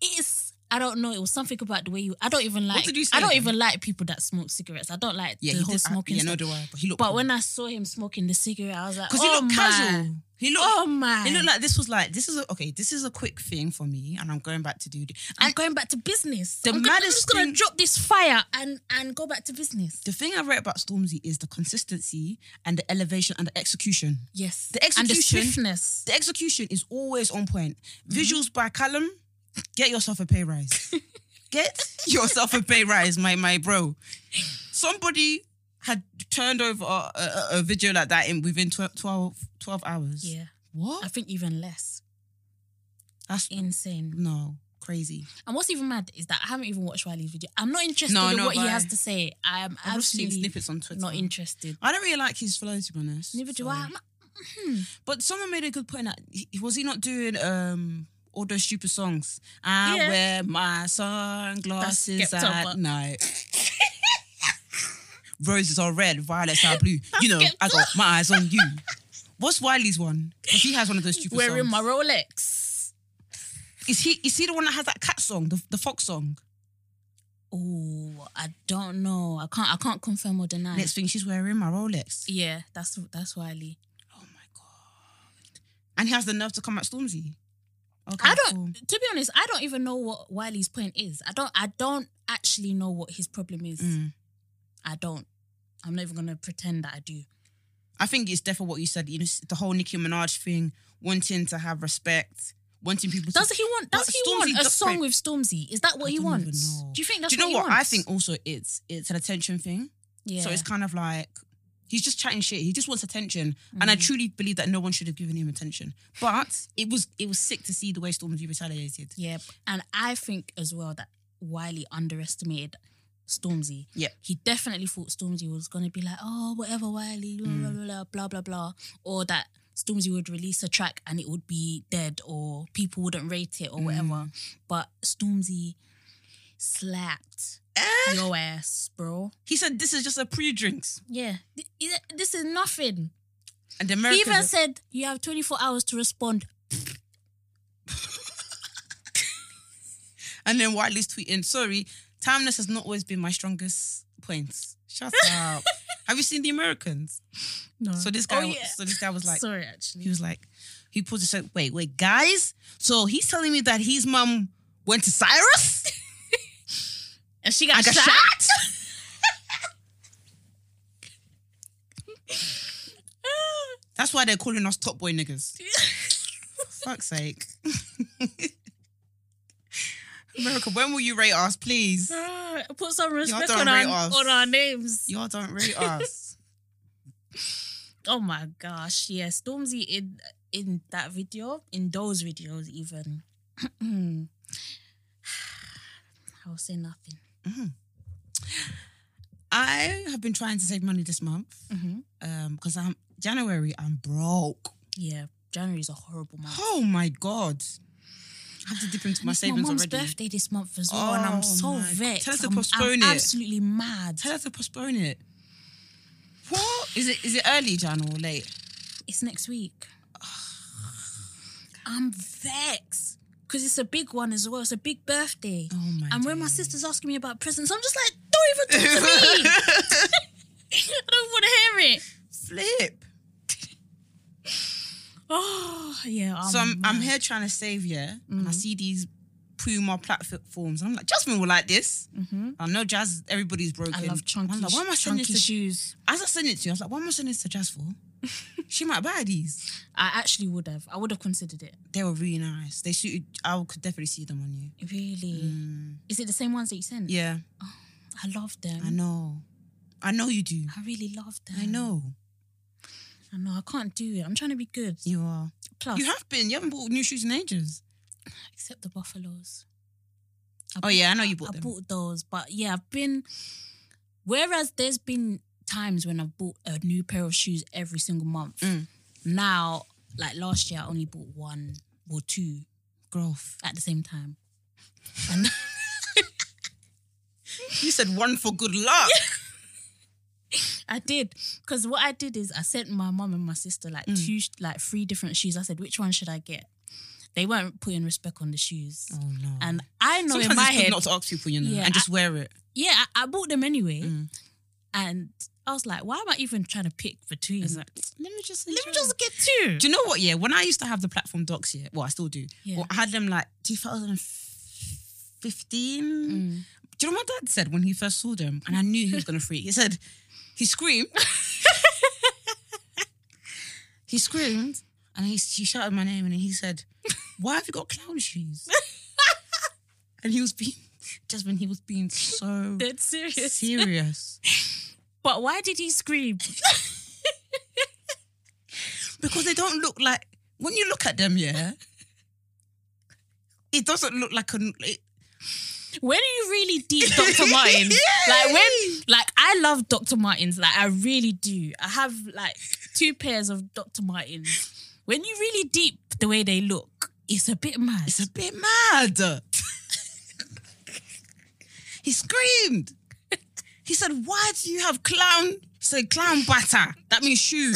[SPEAKER 1] it's. I don't know. It was something about the way you. I don't even like.
[SPEAKER 2] did you
[SPEAKER 1] I
[SPEAKER 2] say
[SPEAKER 1] don't
[SPEAKER 2] then?
[SPEAKER 1] even like people that smoke cigarettes. I don't like the whole smoking
[SPEAKER 2] yeah,
[SPEAKER 1] stuff.
[SPEAKER 2] no, do I? But he looked.
[SPEAKER 1] But when I saw him smoking the cigarette, I was like,
[SPEAKER 2] because
[SPEAKER 1] oh
[SPEAKER 2] he
[SPEAKER 1] my.
[SPEAKER 2] looked casual, he looked.
[SPEAKER 1] Oh my!
[SPEAKER 2] He looked like this was like this is a, okay. This is a quick thing for me, and I'm going back to do.
[SPEAKER 1] I'm
[SPEAKER 2] And
[SPEAKER 1] going back to business.
[SPEAKER 2] The
[SPEAKER 1] I'm, gonna, I'm
[SPEAKER 2] maddest
[SPEAKER 1] just gonna
[SPEAKER 2] thing-
[SPEAKER 1] drop this fire and and go back to business.
[SPEAKER 2] the thing I read about Stormzy is the consistency and the elevation and the execution.
[SPEAKER 1] Yes,
[SPEAKER 2] The
[SPEAKER 1] and the
[SPEAKER 2] execution-
[SPEAKER 1] swiftness.
[SPEAKER 2] The execution is always on point.
[SPEAKER 1] Mm-hmm.
[SPEAKER 2] Visuals by Callum, get yourself a pay rise. get yourself a pay rise, my my bro. Somebody had turned over a, a, a video like that in within 12, 12, 12 hours.
[SPEAKER 1] Yeah,
[SPEAKER 2] What?
[SPEAKER 1] I think even less.
[SPEAKER 2] That's
[SPEAKER 1] Insane.
[SPEAKER 2] no crazy.
[SPEAKER 1] And what's even mad is that I haven't even watched Wiley's video. I'm not interested
[SPEAKER 2] No,
[SPEAKER 1] in
[SPEAKER 2] no,
[SPEAKER 1] what he
[SPEAKER 2] but
[SPEAKER 1] has
[SPEAKER 2] I-
[SPEAKER 1] to say. I am
[SPEAKER 2] I've just seen
[SPEAKER 1] absolutely
[SPEAKER 2] snippets on Twitter.
[SPEAKER 1] not interested.
[SPEAKER 2] I don't really like his flow to be honest.
[SPEAKER 1] Neither do
[SPEAKER 2] So-
[SPEAKER 1] I.
[SPEAKER 2] But someone made a good point that he- was he not doing um all those stupid songs? I
[SPEAKER 1] Yeah.
[SPEAKER 2] wear my sunglasses
[SPEAKER 1] That's Skepta,
[SPEAKER 2] at
[SPEAKER 1] but-
[SPEAKER 2] night. Roses are red, violets are blue. You know,
[SPEAKER 1] That's
[SPEAKER 2] I got
[SPEAKER 1] Skepta.
[SPEAKER 2] my eyes on you. What's Wiley's one? 'Cause he has one of those stupid
[SPEAKER 1] Wearing
[SPEAKER 2] songs.
[SPEAKER 1] my Rolex.
[SPEAKER 2] is he is he the one that has that cat song, the, the fox song?
[SPEAKER 1] Oh, I don't know. I can't. I can't confirm or deny.
[SPEAKER 2] Next thing she's wearing my Rolex.
[SPEAKER 1] yeah, that's that's Wiley.
[SPEAKER 2] Oh my god! And he has the nerve to come at Stormzy. Okay,
[SPEAKER 1] I
[SPEAKER 2] cool.
[SPEAKER 1] don't. To be honest, I don't even know what Wiley's point is. I don't. I don't actually know what his problem is.
[SPEAKER 2] Mm.
[SPEAKER 1] I don't. I'm not even gonna pretend that I do.
[SPEAKER 2] I think it's definitely what you said. You know, the whole Nicki Minaj thing, wanting to have respect, wanting people.
[SPEAKER 1] Does
[SPEAKER 2] to,
[SPEAKER 1] he want? Does
[SPEAKER 2] But
[SPEAKER 1] he
[SPEAKER 2] Stormzy
[SPEAKER 1] want a
[SPEAKER 2] does
[SPEAKER 1] song
[SPEAKER 2] break-
[SPEAKER 1] with Stormzy? Is that what
[SPEAKER 2] I
[SPEAKER 1] he
[SPEAKER 2] don't even
[SPEAKER 1] wants?
[SPEAKER 2] know.
[SPEAKER 1] Do you think that's
[SPEAKER 2] Do you know
[SPEAKER 1] what,
[SPEAKER 2] what?
[SPEAKER 1] he
[SPEAKER 2] I
[SPEAKER 1] wants?
[SPEAKER 2] think also it's it's an attention thing.
[SPEAKER 1] Yeah.
[SPEAKER 2] So it's kind of like he's just chatting shit. He just wants attention, and I
[SPEAKER 1] Mm.
[SPEAKER 2] truly believe that no one should have given him attention. But it was it was sick to see the way Stormzy retaliated.
[SPEAKER 1] yeah, and I think as well that Wiley underestimated Stormzy.
[SPEAKER 2] Yeah.
[SPEAKER 1] he definitely thought Stormzy was gonna be like, oh, whatever, Wiley, blah
[SPEAKER 2] Mm.
[SPEAKER 1] blah blah, blah blah blah, blah, or that Stormzy would release a track and it would be dead, or people wouldn't rate it, or whatever. But Stormzy slapped
[SPEAKER 2] Eh?
[SPEAKER 1] your ass, bro.
[SPEAKER 2] He said this is just a pre-drinks,
[SPEAKER 1] Yeah, Th- th- this is nothing.
[SPEAKER 2] and the
[SPEAKER 1] He
[SPEAKER 2] Americans.
[SPEAKER 1] even said you have 24 hours to respond.
[SPEAKER 2] And then Wiley's tweeting, sorry, timeless has not always been my strongest points. Shut up. Have you seen the Americans?
[SPEAKER 1] No.
[SPEAKER 2] So this guy
[SPEAKER 1] Oh, yeah.
[SPEAKER 2] so this guy was like
[SPEAKER 1] sorry,
[SPEAKER 2] he
[SPEAKER 1] actually.
[SPEAKER 2] was like, he paused and said, wait, wait, guys. So he's telling me that his mum went to Cyrus
[SPEAKER 1] And she got,
[SPEAKER 2] and got
[SPEAKER 1] shot.
[SPEAKER 2] shot. That's why they're calling us top boy niggas. Fuck's sake. America, when will you rate us, please?
[SPEAKER 1] Ah, Put some respect
[SPEAKER 2] don't
[SPEAKER 1] on
[SPEAKER 2] rate
[SPEAKER 1] our,
[SPEAKER 2] us.
[SPEAKER 1] on our names.
[SPEAKER 2] Y'all don't rate us.
[SPEAKER 1] Oh my gosh, yeah, Stormzy in in that video, in those videos even. I'll say nothing.
[SPEAKER 2] I have been trying to save money this month
[SPEAKER 1] Mhm.
[SPEAKER 2] because I'm January. I'm broke.
[SPEAKER 1] Yeah, January is a horrible month.
[SPEAKER 2] Oh my god! I have to dip into my
[SPEAKER 1] It's
[SPEAKER 2] savings
[SPEAKER 1] my mom's
[SPEAKER 2] already.
[SPEAKER 1] birthday this month as well, and
[SPEAKER 2] Oh
[SPEAKER 1] I'm so
[SPEAKER 2] my-
[SPEAKER 1] vexed.
[SPEAKER 2] Tell us to
[SPEAKER 1] I'm,
[SPEAKER 2] postpone
[SPEAKER 1] I'm
[SPEAKER 2] it.
[SPEAKER 1] Absolutely mad.
[SPEAKER 2] Tell her to postpone it. What is it? Is it early, Jan, or late?
[SPEAKER 1] It's next week. I'm vexed because it's a big one as well. It's a big birthday.
[SPEAKER 2] Oh my
[SPEAKER 1] and when my
[SPEAKER 2] days.
[SPEAKER 1] sister's asking me about presents, I'm just like, don't even talk to me. I don't want to hear it.
[SPEAKER 2] Flip.
[SPEAKER 1] Oh Mm-hmm. yeah. I'm
[SPEAKER 2] so I'm, I'm
[SPEAKER 1] mad.
[SPEAKER 2] here trying to save, yeah. And I see these Puma platforms, and I'm like, Jasmine will like this. I know Jazz. Everybody's broken.
[SPEAKER 1] Mm-hmm. I love chunky,
[SPEAKER 2] I'm like, why am I sending
[SPEAKER 1] chunky
[SPEAKER 2] this to?
[SPEAKER 1] shoes.
[SPEAKER 2] As I send it to you, I was like, why am I sending this to Jazz for? she might buy these.
[SPEAKER 1] I actually would have. I would have considered it.
[SPEAKER 2] They were really nice. They suited. I could definitely see them on you.
[SPEAKER 1] Really? Is it the same ones that you sent?
[SPEAKER 2] Mm. Yeah,
[SPEAKER 1] I love them.
[SPEAKER 2] I know. I know you do.
[SPEAKER 1] I really love them.
[SPEAKER 2] I know
[SPEAKER 1] I know. I can't do it. I'm trying to be good.
[SPEAKER 2] you are.
[SPEAKER 1] Plus,
[SPEAKER 2] You have been. You haven't bought new shoes in ages.
[SPEAKER 1] except the buffaloes.
[SPEAKER 2] Oh yeah, I know you bought
[SPEAKER 1] I
[SPEAKER 2] them.
[SPEAKER 1] bought those, but yeah, I've been. Whereas there's been times when I've bought a new pair of shoes every single month.
[SPEAKER 2] Mm.
[SPEAKER 1] Now, like last year, I only bought one or two
[SPEAKER 2] Growth.
[SPEAKER 1] at the same time. And
[SPEAKER 2] You said one for good luck.
[SPEAKER 1] I did because what I did is I sent my mum and my sister like
[SPEAKER 2] Mm.
[SPEAKER 1] two, like three different shoes. I said, which one should I get? They weren't putting respect on the shoes,
[SPEAKER 2] Oh no.
[SPEAKER 1] and I know
[SPEAKER 2] Sometimes
[SPEAKER 1] in my
[SPEAKER 2] it's good
[SPEAKER 1] head,
[SPEAKER 2] not to ask people, you know,
[SPEAKER 1] Yeah,
[SPEAKER 2] and just wear it.
[SPEAKER 1] yeah, I, I bought them anyway,
[SPEAKER 2] Mm.
[SPEAKER 1] and I was like, why am I even trying to pick between?
[SPEAKER 2] Let me just.
[SPEAKER 1] Let me just get two.
[SPEAKER 2] Do you know what? Yeah, when I used to have the platform docs, yeah, well, I still do.
[SPEAKER 1] Yeah.
[SPEAKER 2] Well, I had them like 2015.
[SPEAKER 1] Mm.
[SPEAKER 2] Do you know what my dad said when he first saw them? And I knew he was gonna freak. He said, he screamed. he screamed, and he, he shouted my name, and he said, "Why have you got clown shoes?" and he was being, Jasmine, he was being so
[SPEAKER 1] Dead serious.
[SPEAKER 2] serious.
[SPEAKER 1] But why did he scream?
[SPEAKER 2] because they don't look like when you look at them, yeah. It doesn't look like a. It,
[SPEAKER 1] When are you really deep, Dr. Martin? Like when, like I love Dr. Martens. Like I really do. I have like two pairs of Dr. Martens. When you really deep the way they look, it's a bit mad.
[SPEAKER 2] it's a bit mad. he screamed. He said, "Why do you have clown?" He said, "Clown batter." That means shoe.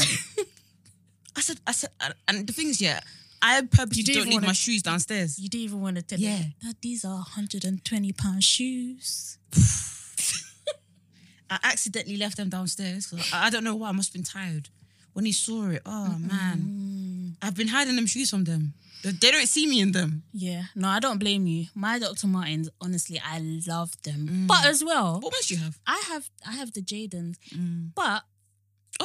[SPEAKER 2] I said, "I said," and- and the thing is, yeah, I purposely
[SPEAKER 1] You do
[SPEAKER 2] don't leave
[SPEAKER 1] wanna-
[SPEAKER 2] my shoes downstairs.
[SPEAKER 1] you didn't even want to tell
[SPEAKER 2] Yeah.
[SPEAKER 1] me that these are 120 pound shoes.
[SPEAKER 2] I accidentally left them downstairs. 'cause I I don't know why. I must have been tired. When he saw it, oh man, I've been hiding them shoes from them. They, they don't see me in them.
[SPEAKER 1] Yeah. No, I don't blame you. My Dr. Martens, honestly, I love them.
[SPEAKER 2] Mm.
[SPEAKER 1] But as well,
[SPEAKER 2] What ones do you have?
[SPEAKER 1] I have I have the Jadens. But
[SPEAKER 2] Oh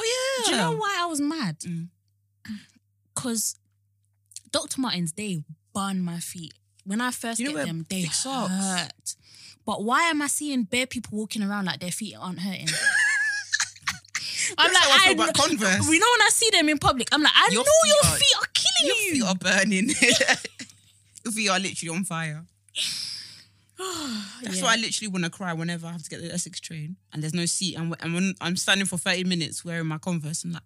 [SPEAKER 1] Mm. Do
[SPEAKER 2] Mm. yeah.
[SPEAKER 1] you know why I was mad?
[SPEAKER 2] Mm.
[SPEAKER 1] Because Dr. Martens, they burn my feet. When I first
[SPEAKER 2] You know
[SPEAKER 1] get
[SPEAKER 2] where
[SPEAKER 1] them, they
[SPEAKER 2] thick socks-
[SPEAKER 1] hurt. But why am I seeing bare people walking around like their feet aren't hurting? I'm
[SPEAKER 2] That's how I feel
[SPEAKER 1] like, I,
[SPEAKER 2] about Converse.
[SPEAKER 1] we know when I see them in public, I'm like, I
[SPEAKER 2] Your
[SPEAKER 1] know
[SPEAKER 2] feet
[SPEAKER 1] your
[SPEAKER 2] are-
[SPEAKER 1] feet are killing
[SPEAKER 2] Your
[SPEAKER 1] you.
[SPEAKER 2] feet are burning. Your feet are literally on fire. That's
[SPEAKER 1] Oh, Yeah.
[SPEAKER 2] why I literally want to cry whenever I have to get the Essex train and there's no seat and when- and when I'm standing for 30 minutes wearing my Converse. I'm like,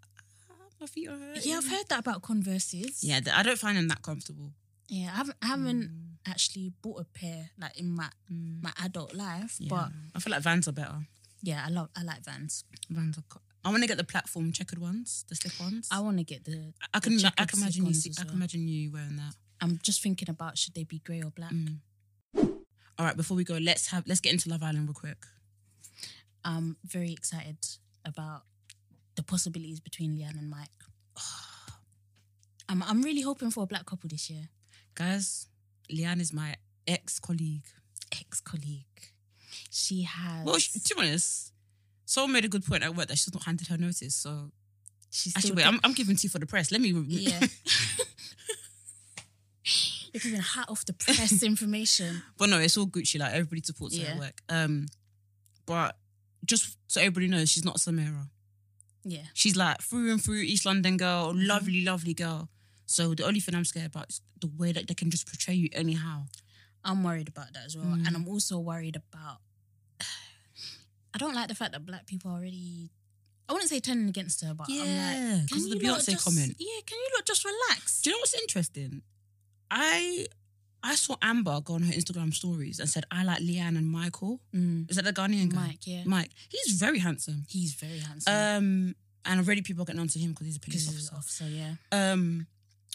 [SPEAKER 2] ah, my feet are hurting.
[SPEAKER 1] Yeah, I've heard that about Converses.
[SPEAKER 2] Yeah, th- I don't find them that comfortable.
[SPEAKER 1] Yeah, I haven't, I haven't
[SPEAKER 2] Mm.
[SPEAKER 1] actually bought a pair like in my my adult life,
[SPEAKER 2] Yeah.
[SPEAKER 1] but
[SPEAKER 2] I feel like Vans are better.
[SPEAKER 1] yeah, I love I like Vans.
[SPEAKER 2] Vans are. Co- I want to get the platform checkered ones, the slip ones.
[SPEAKER 1] I want to get the
[SPEAKER 2] I can,
[SPEAKER 1] the
[SPEAKER 2] I
[SPEAKER 1] checkered
[SPEAKER 2] can imagine you.
[SPEAKER 1] slip-ons
[SPEAKER 2] See,
[SPEAKER 1] as
[SPEAKER 2] I can
[SPEAKER 1] well.
[SPEAKER 2] imagine you wearing that.
[SPEAKER 1] I'm just thinking about should they be grey or black.
[SPEAKER 2] Mm. All right, before we go, let's have let's get into Love Island real quick.
[SPEAKER 1] I'm very excited about the possibilities between Leanne and Mike. I'm I'm really hoping for a black couple this year.
[SPEAKER 2] Guys, Leanne is my ex colleague.
[SPEAKER 1] Ex colleague, she has.
[SPEAKER 2] Well, she, to be honest, someone made a good point at work that she's not handed her notice. So
[SPEAKER 1] she's still
[SPEAKER 2] actually, wait,
[SPEAKER 1] de-
[SPEAKER 2] I'm, I'm giving tea for the press. Let me.
[SPEAKER 1] yeah. You're giving hot off the press information.
[SPEAKER 2] But no, it's all Gucci. Like everybody supports
[SPEAKER 1] Yeah.
[SPEAKER 2] her work. Um, but just so everybody knows, she's not Samira.
[SPEAKER 1] Yeah.
[SPEAKER 2] She's like through and through East London girl,
[SPEAKER 1] Mm-hmm.
[SPEAKER 2] lovely, lovely girl. So the only thing I'm scared about is the way that they can just portray you anyhow.
[SPEAKER 1] I'm worried about that as well.
[SPEAKER 2] Mm.
[SPEAKER 1] And I'm also worried about I don't like the fact that black people are already I wouldn't say turning against her, but I'm like
[SPEAKER 2] because
[SPEAKER 1] can
[SPEAKER 2] of the
[SPEAKER 1] you lot
[SPEAKER 2] Beyonce
[SPEAKER 1] just-
[SPEAKER 2] comment.
[SPEAKER 1] Yeah, can you not just relax?
[SPEAKER 2] Do you know what's interesting? I I saw Amber go on her Instagram stories and said I like Leanne and Michael.
[SPEAKER 1] Mm.
[SPEAKER 2] Is that the Ghanaian guy?
[SPEAKER 1] Mike, yeah.
[SPEAKER 2] Mike. He's very handsome.
[SPEAKER 1] He's very handsome.
[SPEAKER 2] Um, and already people are getting onto him because he's a police
[SPEAKER 1] because he's
[SPEAKER 2] officer.
[SPEAKER 1] an officer, yeah.
[SPEAKER 2] Um,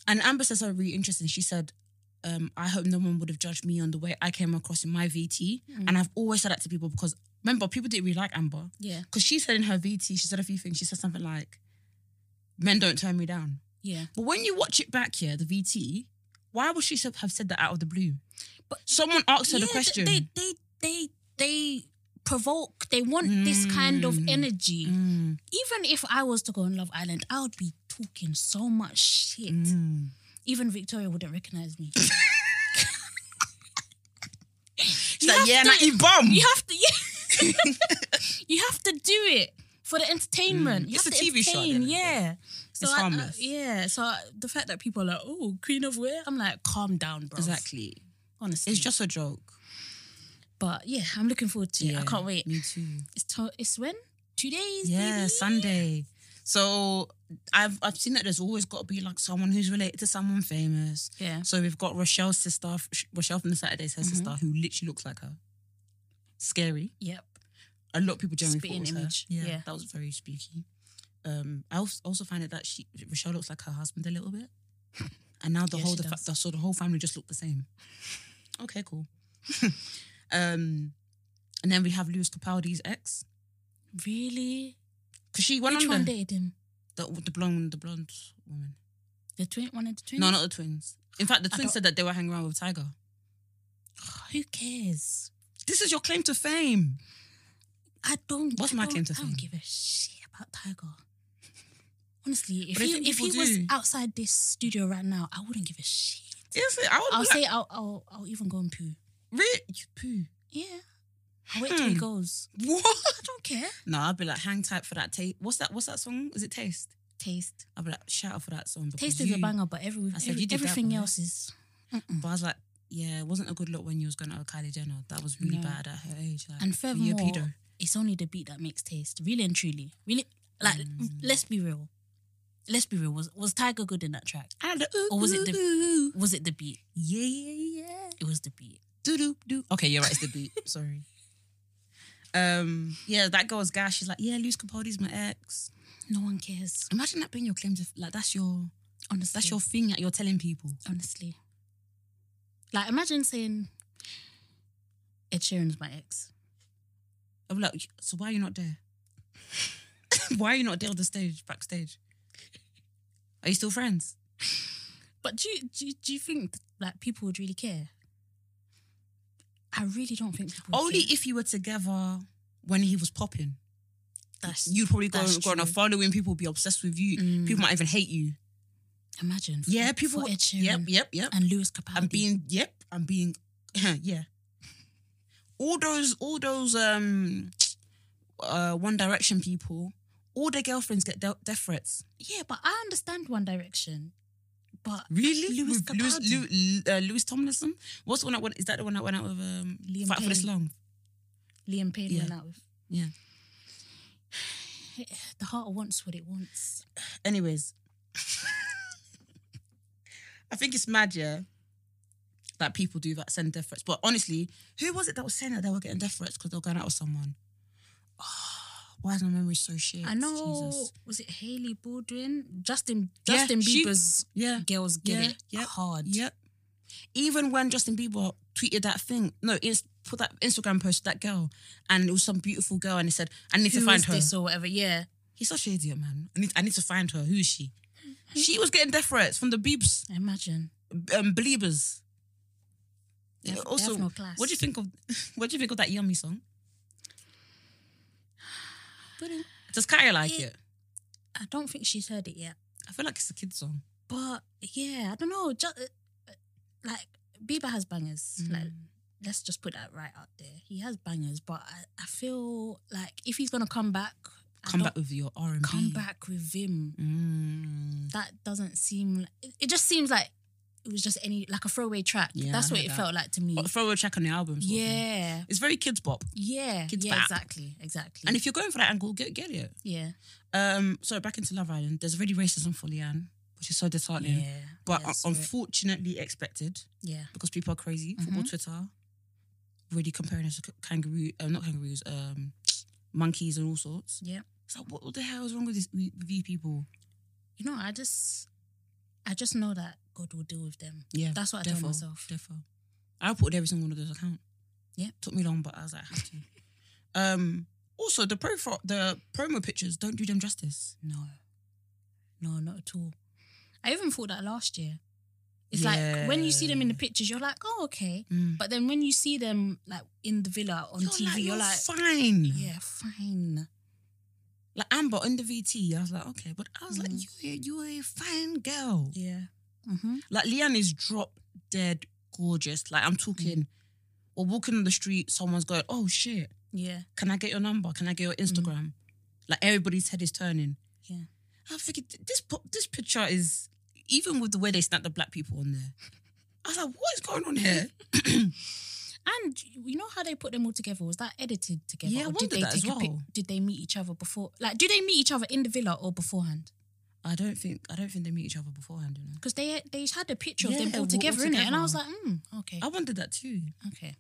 [SPEAKER 2] and Amber says something really interesting. She said, um, I hope no one would have judged me on the way I came across in my VT.
[SPEAKER 1] Mm.
[SPEAKER 2] And I've always said that to people because remember, people didn't really like Amber.
[SPEAKER 1] Yeah.
[SPEAKER 2] Because she said in her VT, she said a few things. She said something like, Men don't turn me down.
[SPEAKER 1] Yeah.
[SPEAKER 2] But when you watch it back here, the VT, why would she so- have said that out of the blue? But someone asked her
[SPEAKER 1] yeah,
[SPEAKER 2] the question.
[SPEAKER 1] They they they they provoke, they want this kind of
[SPEAKER 2] Mm.
[SPEAKER 1] energy.
[SPEAKER 2] Mm,
[SPEAKER 1] Even if I was to go on Love Island, I would be talking so much shit.
[SPEAKER 2] mm.
[SPEAKER 1] Even Victoria wouldn't recognize me.
[SPEAKER 2] She's
[SPEAKER 1] You
[SPEAKER 2] like,
[SPEAKER 1] have
[SPEAKER 2] yeah,
[SPEAKER 1] to-
[SPEAKER 2] nah, you bum.
[SPEAKER 1] You have to, yeah. you have to do it for the entertainment.
[SPEAKER 2] Mm.
[SPEAKER 1] You
[SPEAKER 2] It's
[SPEAKER 1] have
[SPEAKER 2] a
[SPEAKER 1] to
[SPEAKER 2] TV show at
[SPEAKER 1] entertain,
[SPEAKER 2] the end of the
[SPEAKER 1] yeah. So
[SPEAKER 2] It's
[SPEAKER 1] I- I-
[SPEAKER 2] harmless.
[SPEAKER 1] yeah. So I- the fact that people are like, "Oh, Queen of Where," I'm like, "Calm down, bro." Mm.
[SPEAKER 2] Exactly.
[SPEAKER 1] Honestly,
[SPEAKER 2] It's just a joke.
[SPEAKER 1] But yeah, I'm looking forward to it. I
[SPEAKER 2] Yeah,
[SPEAKER 1] can't wait.
[SPEAKER 2] Me too.
[SPEAKER 1] It's to- it's when two days.
[SPEAKER 2] Yeah,
[SPEAKER 1] baby?
[SPEAKER 2] Sunday. So I've I've seen that there's always got to be like someone who's related to someone famous.
[SPEAKER 1] Yeah. Mm-hmm.
[SPEAKER 2] So we've got Rochelle's sister, Sh- Rochelle from the Saturdays, her sister, who literally looks like her. Scary.
[SPEAKER 1] Yep.
[SPEAKER 2] A lot of people generally
[SPEAKER 1] Spitting
[SPEAKER 2] thought it was her.
[SPEAKER 1] image.
[SPEAKER 2] Yeah,
[SPEAKER 1] Yeah.
[SPEAKER 2] that was very spooky. Um, I als- also find it that she Rochelle looks like her husband a little bit, and now the
[SPEAKER 1] Yeah,
[SPEAKER 2] whole
[SPEAKER 1] she
[SPEAKER 2] the, fa-
[SPEAKER 1] does.
[SPEAKER 2] the- so the whole family just look the same. Okay, cool. um, and then we have Lewis Capaldi's ex
[SPEAKER 1] Really?
[SPEAKER 2] because she went
[SPEAKER 1] Which
[SPEAKER 2] on
[SPEAKER 1] one
[SPEAKER 2] there.
[SPEAKER 1] dated him?
[SPEAKER 2] The, the blonde, the blonde woman.
[SPEAKER 1] The twin, one of the twins.
[SPEAKER 2] No, not the twins. In fact, the twins
[SPEAKER 1] don't-
[SPEAKER 2] said that they were hanging around with Tiger.
[SPEAKER 1] Who cares?
[SPEAKER 2] This is your claim to fame.
[SPEAKER 1] I don't.
[SPEAKER 2] What's
[SPEAKER 1] I
[SPEAKER 2] my
[SPEAKER 1] don't-
[SPEAKER 2] claim to
[SPEAKER 1] I
[SPEAKER 2] fame?
[SPEAKER 1] don't give a shit about Tiger. Honestly, if
[SPEAKER 2] But I
[SPEAKER 1] he
[SPEAKER 2] think
[SPEAKER 1] if he
[SPEAKER 2] people
[SPEAKER 1] was
[SPEAKER 2] do.
[SPEAKER 1] outside this studio right now, I wouldn't give a shit.
[SPEAKER 2] Yes, I would.
[SPEAKER 1] I'll
[SPEAKER 2] like,
[SPEAKER 1] say I'll I'll, I'll even go and poo.
[SPEAKER 2] Re- you poo.
[SPEAKER 1] Yeah, I'll wait till he
[SPEAKER 2] Hmm.
[SPEAKER 1] goes.
[SPEAKER 2] What?
[SPEAKER 1] I don't care.
[SPEAKER 2] No, I'd be like, hang tight for that taste. What's that? What's that song? Is it Taste?
[SPEAKER 1] Taste,
[SPEAKER 2] I'd be like, shout out for that song. because
[SPEAKER 1] taste is a
[SPEAKER 2] you-
[SPEAKER 1] banger, but every,
[SPEAKER 2] I said
[SPEAKER 1] every-
[SPEAKER 2] you did that
[SPEAKER 1] everything
[SPEAKER 2] one, yeah.
[SPEAKER 1] else is.
[SPEAKER 2] But I was like, yeah, it wasn't a good look when you was going out with Kylie Jenner. That was really
[SPEAKER 1] No.
[SPEAKER 2] bad at her age. Like,
[SPEAKER 1] And
[SPEAKER 2] were you a
[SPEAKER 1] furthermore, it's only the beat that makes taste. Really and truly, really like
[SPEAKER 2] Hmm.
[SPEAKER 1] let's be real. Let's be real. Was was Tiger good in that track?
[SPEAKER 2] pedo?
[SPEAKER 1] Or was it the-
[SPEAKER 2] Ooh,
[SPEAKER 1] Was it the beat?
[SPEAKER 2] Yeah, yeah, yeah.
[SPEAKER 1] It was the beat.
[SPEAKER 2] do do do. Okay, you're right. It's the beat. Sorry. Um, yeah, that girl's guy. She's like, yeah, Luis Capaldi's my ex.
[SPEAKER 1] No one cares.
[SPEAKER 2] Imagine that being your claim to like that's your
[SPEAKER 1] Honestly,
[SPEAKER 2] that's your thing that you're telling people.
[SPEAKER 1] honestly. Like, imagine saying, Ed Sheeran's my ex.
[SPEAKER 2] I'll be like, so why are you not there? why are you not there on the stage backstage? Are you still friends?
[SPEAKER 1] But do you, do you, do you think like people would really care? I really don't think people would
[SPEAKER 2] Only
[SPEAKER 1] care.
[SPEAKER 2] if you were together when he was popping.
[SPEAKER 1] That's,
[SPEAKER 2] You'd probably go,
[SPEAKER 1] that's
[SPEAKER 2] go on a
[SPEAKER 1] true.
[SPEAKER 2] following. People would be obsessed with you.
[SPEAKER 1] Mm.
[SPEAKER 2] People might even hate you.
[SPEAKER 1] Imagine. for-
[SPEAKER 2] Yeah, people.
[SPEAKER 1] For Ed Sheeran
[SPEAKER 2] yep, yep, yep.
[SPEAKER 1] and Lewis Capaldi.
[SPEAKER 2] I'm being yep, I'm being yeah. All those all those um uh One Direction people, all their girlfriends get de- death threats.
[SPEAKER 1] yeah, but I understand One Direction. But
[SPEAKER 2] Lewis
[SPEAKER 1] Lewis
[SPEAKER 2] With Lewis,
[SPEAKER 1] Capaldi.
[SPEAKER 2] Lew- uh, Lewis Tomlinson? What's the one that went, is that the one that went out with um
[SPEAKER 1] Liam
[SPEAKER 2] Fight for this
[SPEAKER 1] Payne.
[SPEAKER 2] long?
[SPEAKER 1] Liam Payne
[SPEAKER 2] Yeah.
[SPEAKER 1] went out with.
[SPEAKER 2] Yeah.
[SPEAKER 1] The heart wants what it wants.
[SPEAKER 2] Anyways. I think it's mad, yeah. That people do that send death threats. But honestly, who was it that was saying that they were getting death threats because they were going out with someone? Ah, why is my memory so shit?
[SPEAKER 1] I know.
[SPEAKER 2] Jesus.
[SPEAKER 1] Was it Haley Baldwin? Justin
[SPEAKER 2] Yeah,
[SPEAKER 1] Justin
[SPEAKER 2] she-
[SPEAKER 1] Bieber's
[SPEAKER 2] Yeah.
[SPEAKER 1] girls get
[SPEAKER 2] Yeah,
[SPEAKER 1] it
[SPEAKER 2] yeah,
[SPEAKER 1] hard.
[SPEAKER 2] Yep. Even when Justin Bieber tweeted that thing, no, it's put that Instagram post that girl, and it was some beautiful girl, and he said, "I need
[SPEAKER 1] Who
[SPEAKER 2] to find
[SPEAKER 1] is
[SPEAKER 2] her."
[SPEAKER 1] this or whatever? Yeah,
[SPEAKER 2] He's such an idiot, man. I need, I need to find her. Who is she? she was getting death threats from the Biebs,
[SPEAKER 1] imagine.
[SPEAKER 2] um, believers.
[SPEAKER 1] They have- they
[SPEAKER 2] also,
[SPEAKER 1] have no class.
[SPEAKER 2] what do you think of what do you think of that yummy song? Does Kaya like
[SPEAKER 1] It-
[SPEAKER 2] it?
[SPEAKER 1] I don't think she's heard it yet,
[SPEAKER 2] I feel like it's a kid song.
[SPEAKER 1] but yeah, I don't know. Just uh, like Bieber has bangers. Like
[SPEAKER 2] Mm.
[SPEAKER 1] let's just put that right out there. He has bangers, but I, I feel like if he's gonna come back, I
[SPEAKER 2] Come
[SPEAKER 1] don't-
[SPEAKER 2] back with your R and B.
[SPEAKER 1] come back with Vim.
[SPEAKER 2] Mm.
[SPEAKER 1] That doesn't seem. Like, it, it just seems like it was just any like a throwaway track.
[SPEAKER 2] Yeah,
[SPEAKER 1] That's
[SPEAKER 2] I
[SPEAKER 1] what
[SPEAKER 2] heard
[SPEAKER 1] it
[SPEAKER 2] that.
[SPEAKER 1] felt like to me.
[SPEAKER 2] But throw a check on the album. sort of thing.
[SPEAKER 1] yeah,
[SPEAKER 2] It's very kids bop.
[SPEAKER 1] yeah,
[SPEAKER 2] Kids
[SPEAKER 1] yeah.
[SPEAKER 2] bop.
[SPEAKER 1] Exactly, exactly.
[SPEAKER 2] And if you're going for that angle, get get it.
[SPEAKER 1] yeah,
[SPEAKER 2] Um, so back into Love Island. There's already racism for Leanne, which is so
[SPEAKER 1] yeah,
[SPEAKER 2] disheartening. but uh,
[SPEAKER 1] yeah,
[SPEAKER 2] un-
[SPEAKER 1] so it-
[SPEAKER 2] unfortunately expected
[SPEAKER 1] yeah,
[SPEAKER 2] because people are crazy. Football
[SPEAKER 1] Mm-hmm.
[SPEAKER 2] Twitter really comparing us to c- kangaroo, uh, not kangaroos, um, monkeys and all sorts.
[SPEAKER 1] yeah.
[SPEAKER 2] It's like what, what the hell is wrong with these with these people?
[SPEAKER 1] You know, I just, I just know that God will deal with them.
[SPEAKER 2] Yeah,
[SPEAKER 1] That's what I tell
[SPEAKER 2] defo,
[SPEAKER 1] myself.
[SPEAKER 2] Defo. I reported every single one of those accounts.
[SPEAKER 1] Yeah.
[SPEAKER 2] took me long, but I was like, I have to. um, also the profile, the promo pictures don't do them justice.
[SPEAKER 1] No, no, not at all. I even thought that last year. It's like when you see them in the pictures, you're like, oh, okay.
[SPEAKER 2] Mm.
[SPEAKER 1] But then when you see them like in the villa on
[SPEAKER 2] You're
[SPEAKER 1] TV,
[SPEAKER 2] like,
[SPEAKER 1] you're,
[SPEAKER 2] you're
[SPEAKER 1] like,
[SPEAKER 2] fine.
[SPEAKER 1] yeah, fine.
[SPEAKER 2] Like Amber in the VT, I was like, okay, but I was like,
[SPEAKER 1] Mhm.
[SPEAKER 2] you, you're a fine girl.
[SPEAKER 1] Yeah. Mm-hmm.
[SPEAKER 2] Like Leanne is drop dead gorgeous. Like I'm talking, we're walking on the street, someone's going, oh shit,
[SPEAKER 1] Yeah.
[SPEAKER 2] can I get your number? Can I get your Instagram? Like everybody's head is turning.
[SPEAKER 1] Yeah.
[SPEAKER 2] I figured th- this po- this picture is even with the way they snap the black people on there. I was like, what is going on here?
[SPEAKER 1] And you know how they put them all together? Was that edited together?
[SPEAKER 2] Yeah, I
[SPEAKER 1] Or
[SPEAKER 2] wondered
[SPEAKER 1] they
[SPEAKER 2] that as
[SPEAKER 1] take a pic-
[SPEAKER 2] well.
[SPEAKER 1] did they meet each other before? Like, do they meet each other in the villa or beforehand?
[SPEAKER 2] I don't think I don't think they meet each other beforehand. You know,
[SPEAKER 1] Because they they had a picture
[SPEAKER 2] Yeah,
[SPEAKER 1] of them
[SPEAKER 2] they were
[SPEAKER 1] all
[SPEAKER 2] all
[SPEAKER 1] together, in it, and I was like,
[SPEAKER 2] together. Oh.
[SPEAKER 1] mm, okay,
[SPEAKER 2] I wondered that too.
[SPEAKER 1] okay,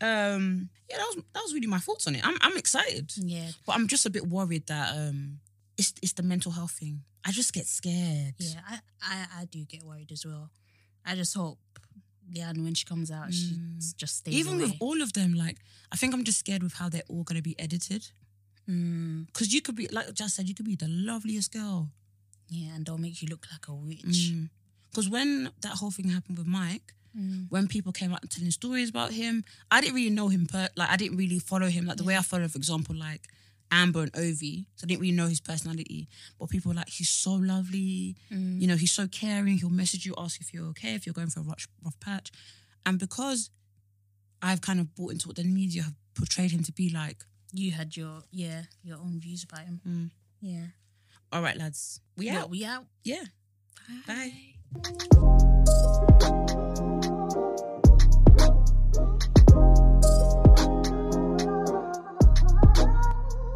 [SPEAKER 2] Um, yeah, that was that was really my thoughts on it. I'm I'm excited.
[SPEAKER 1] yeah,
[SPEAKER 2] But I'm just a bit worried that um it's it's the mental health thing. I just get scared.
[SPEAKER 1] yeah. I, I I do get worried as well. I just hope Leanne, when she comes out, she s- just stays
[SPEAKER 2] Mm. Even with
[SPEAKER 1] away.
[SPEAKER 2] all of them, like I think I'm just scared with how they're all gonna be edited.
[SPEAKER 1] Mm,
[SPEAKER 2] Cause you could be like Jazz said, you could be the loveliest girl.
[SPEAKER 1] yeah, and they'll make you look like a witch.
[SPEAKER 2] Mm. Cause when that whole thing happened with Mike,
[SPEAKER 1] Mm.
[SPEAKER 2] when people came out and telling stories about him, I didn't really know him per like I didn't really follow him. Like the way I follow, for example, like Amber and Ovi. So I didn't really know his personality. But people were like, he's so lovely. You know, he's so caring. He'll message you, ask if you're okay, if you're going for a rough, rough patch. And because I've kind of bought into what the media have portrayed him to be like,
[SPEAKER 1] You had your yeah your own views about him.
[SPEAKER 2] Mm.
[SPEAKER 1] Yeah,
[SPEAKER 2] all right, lads, we
[SPEAKER 1] yeah,
[SPEAKER 2] out.
[SPEAKER 1] we out.
[SPEAKER 2] Yeah. Bye.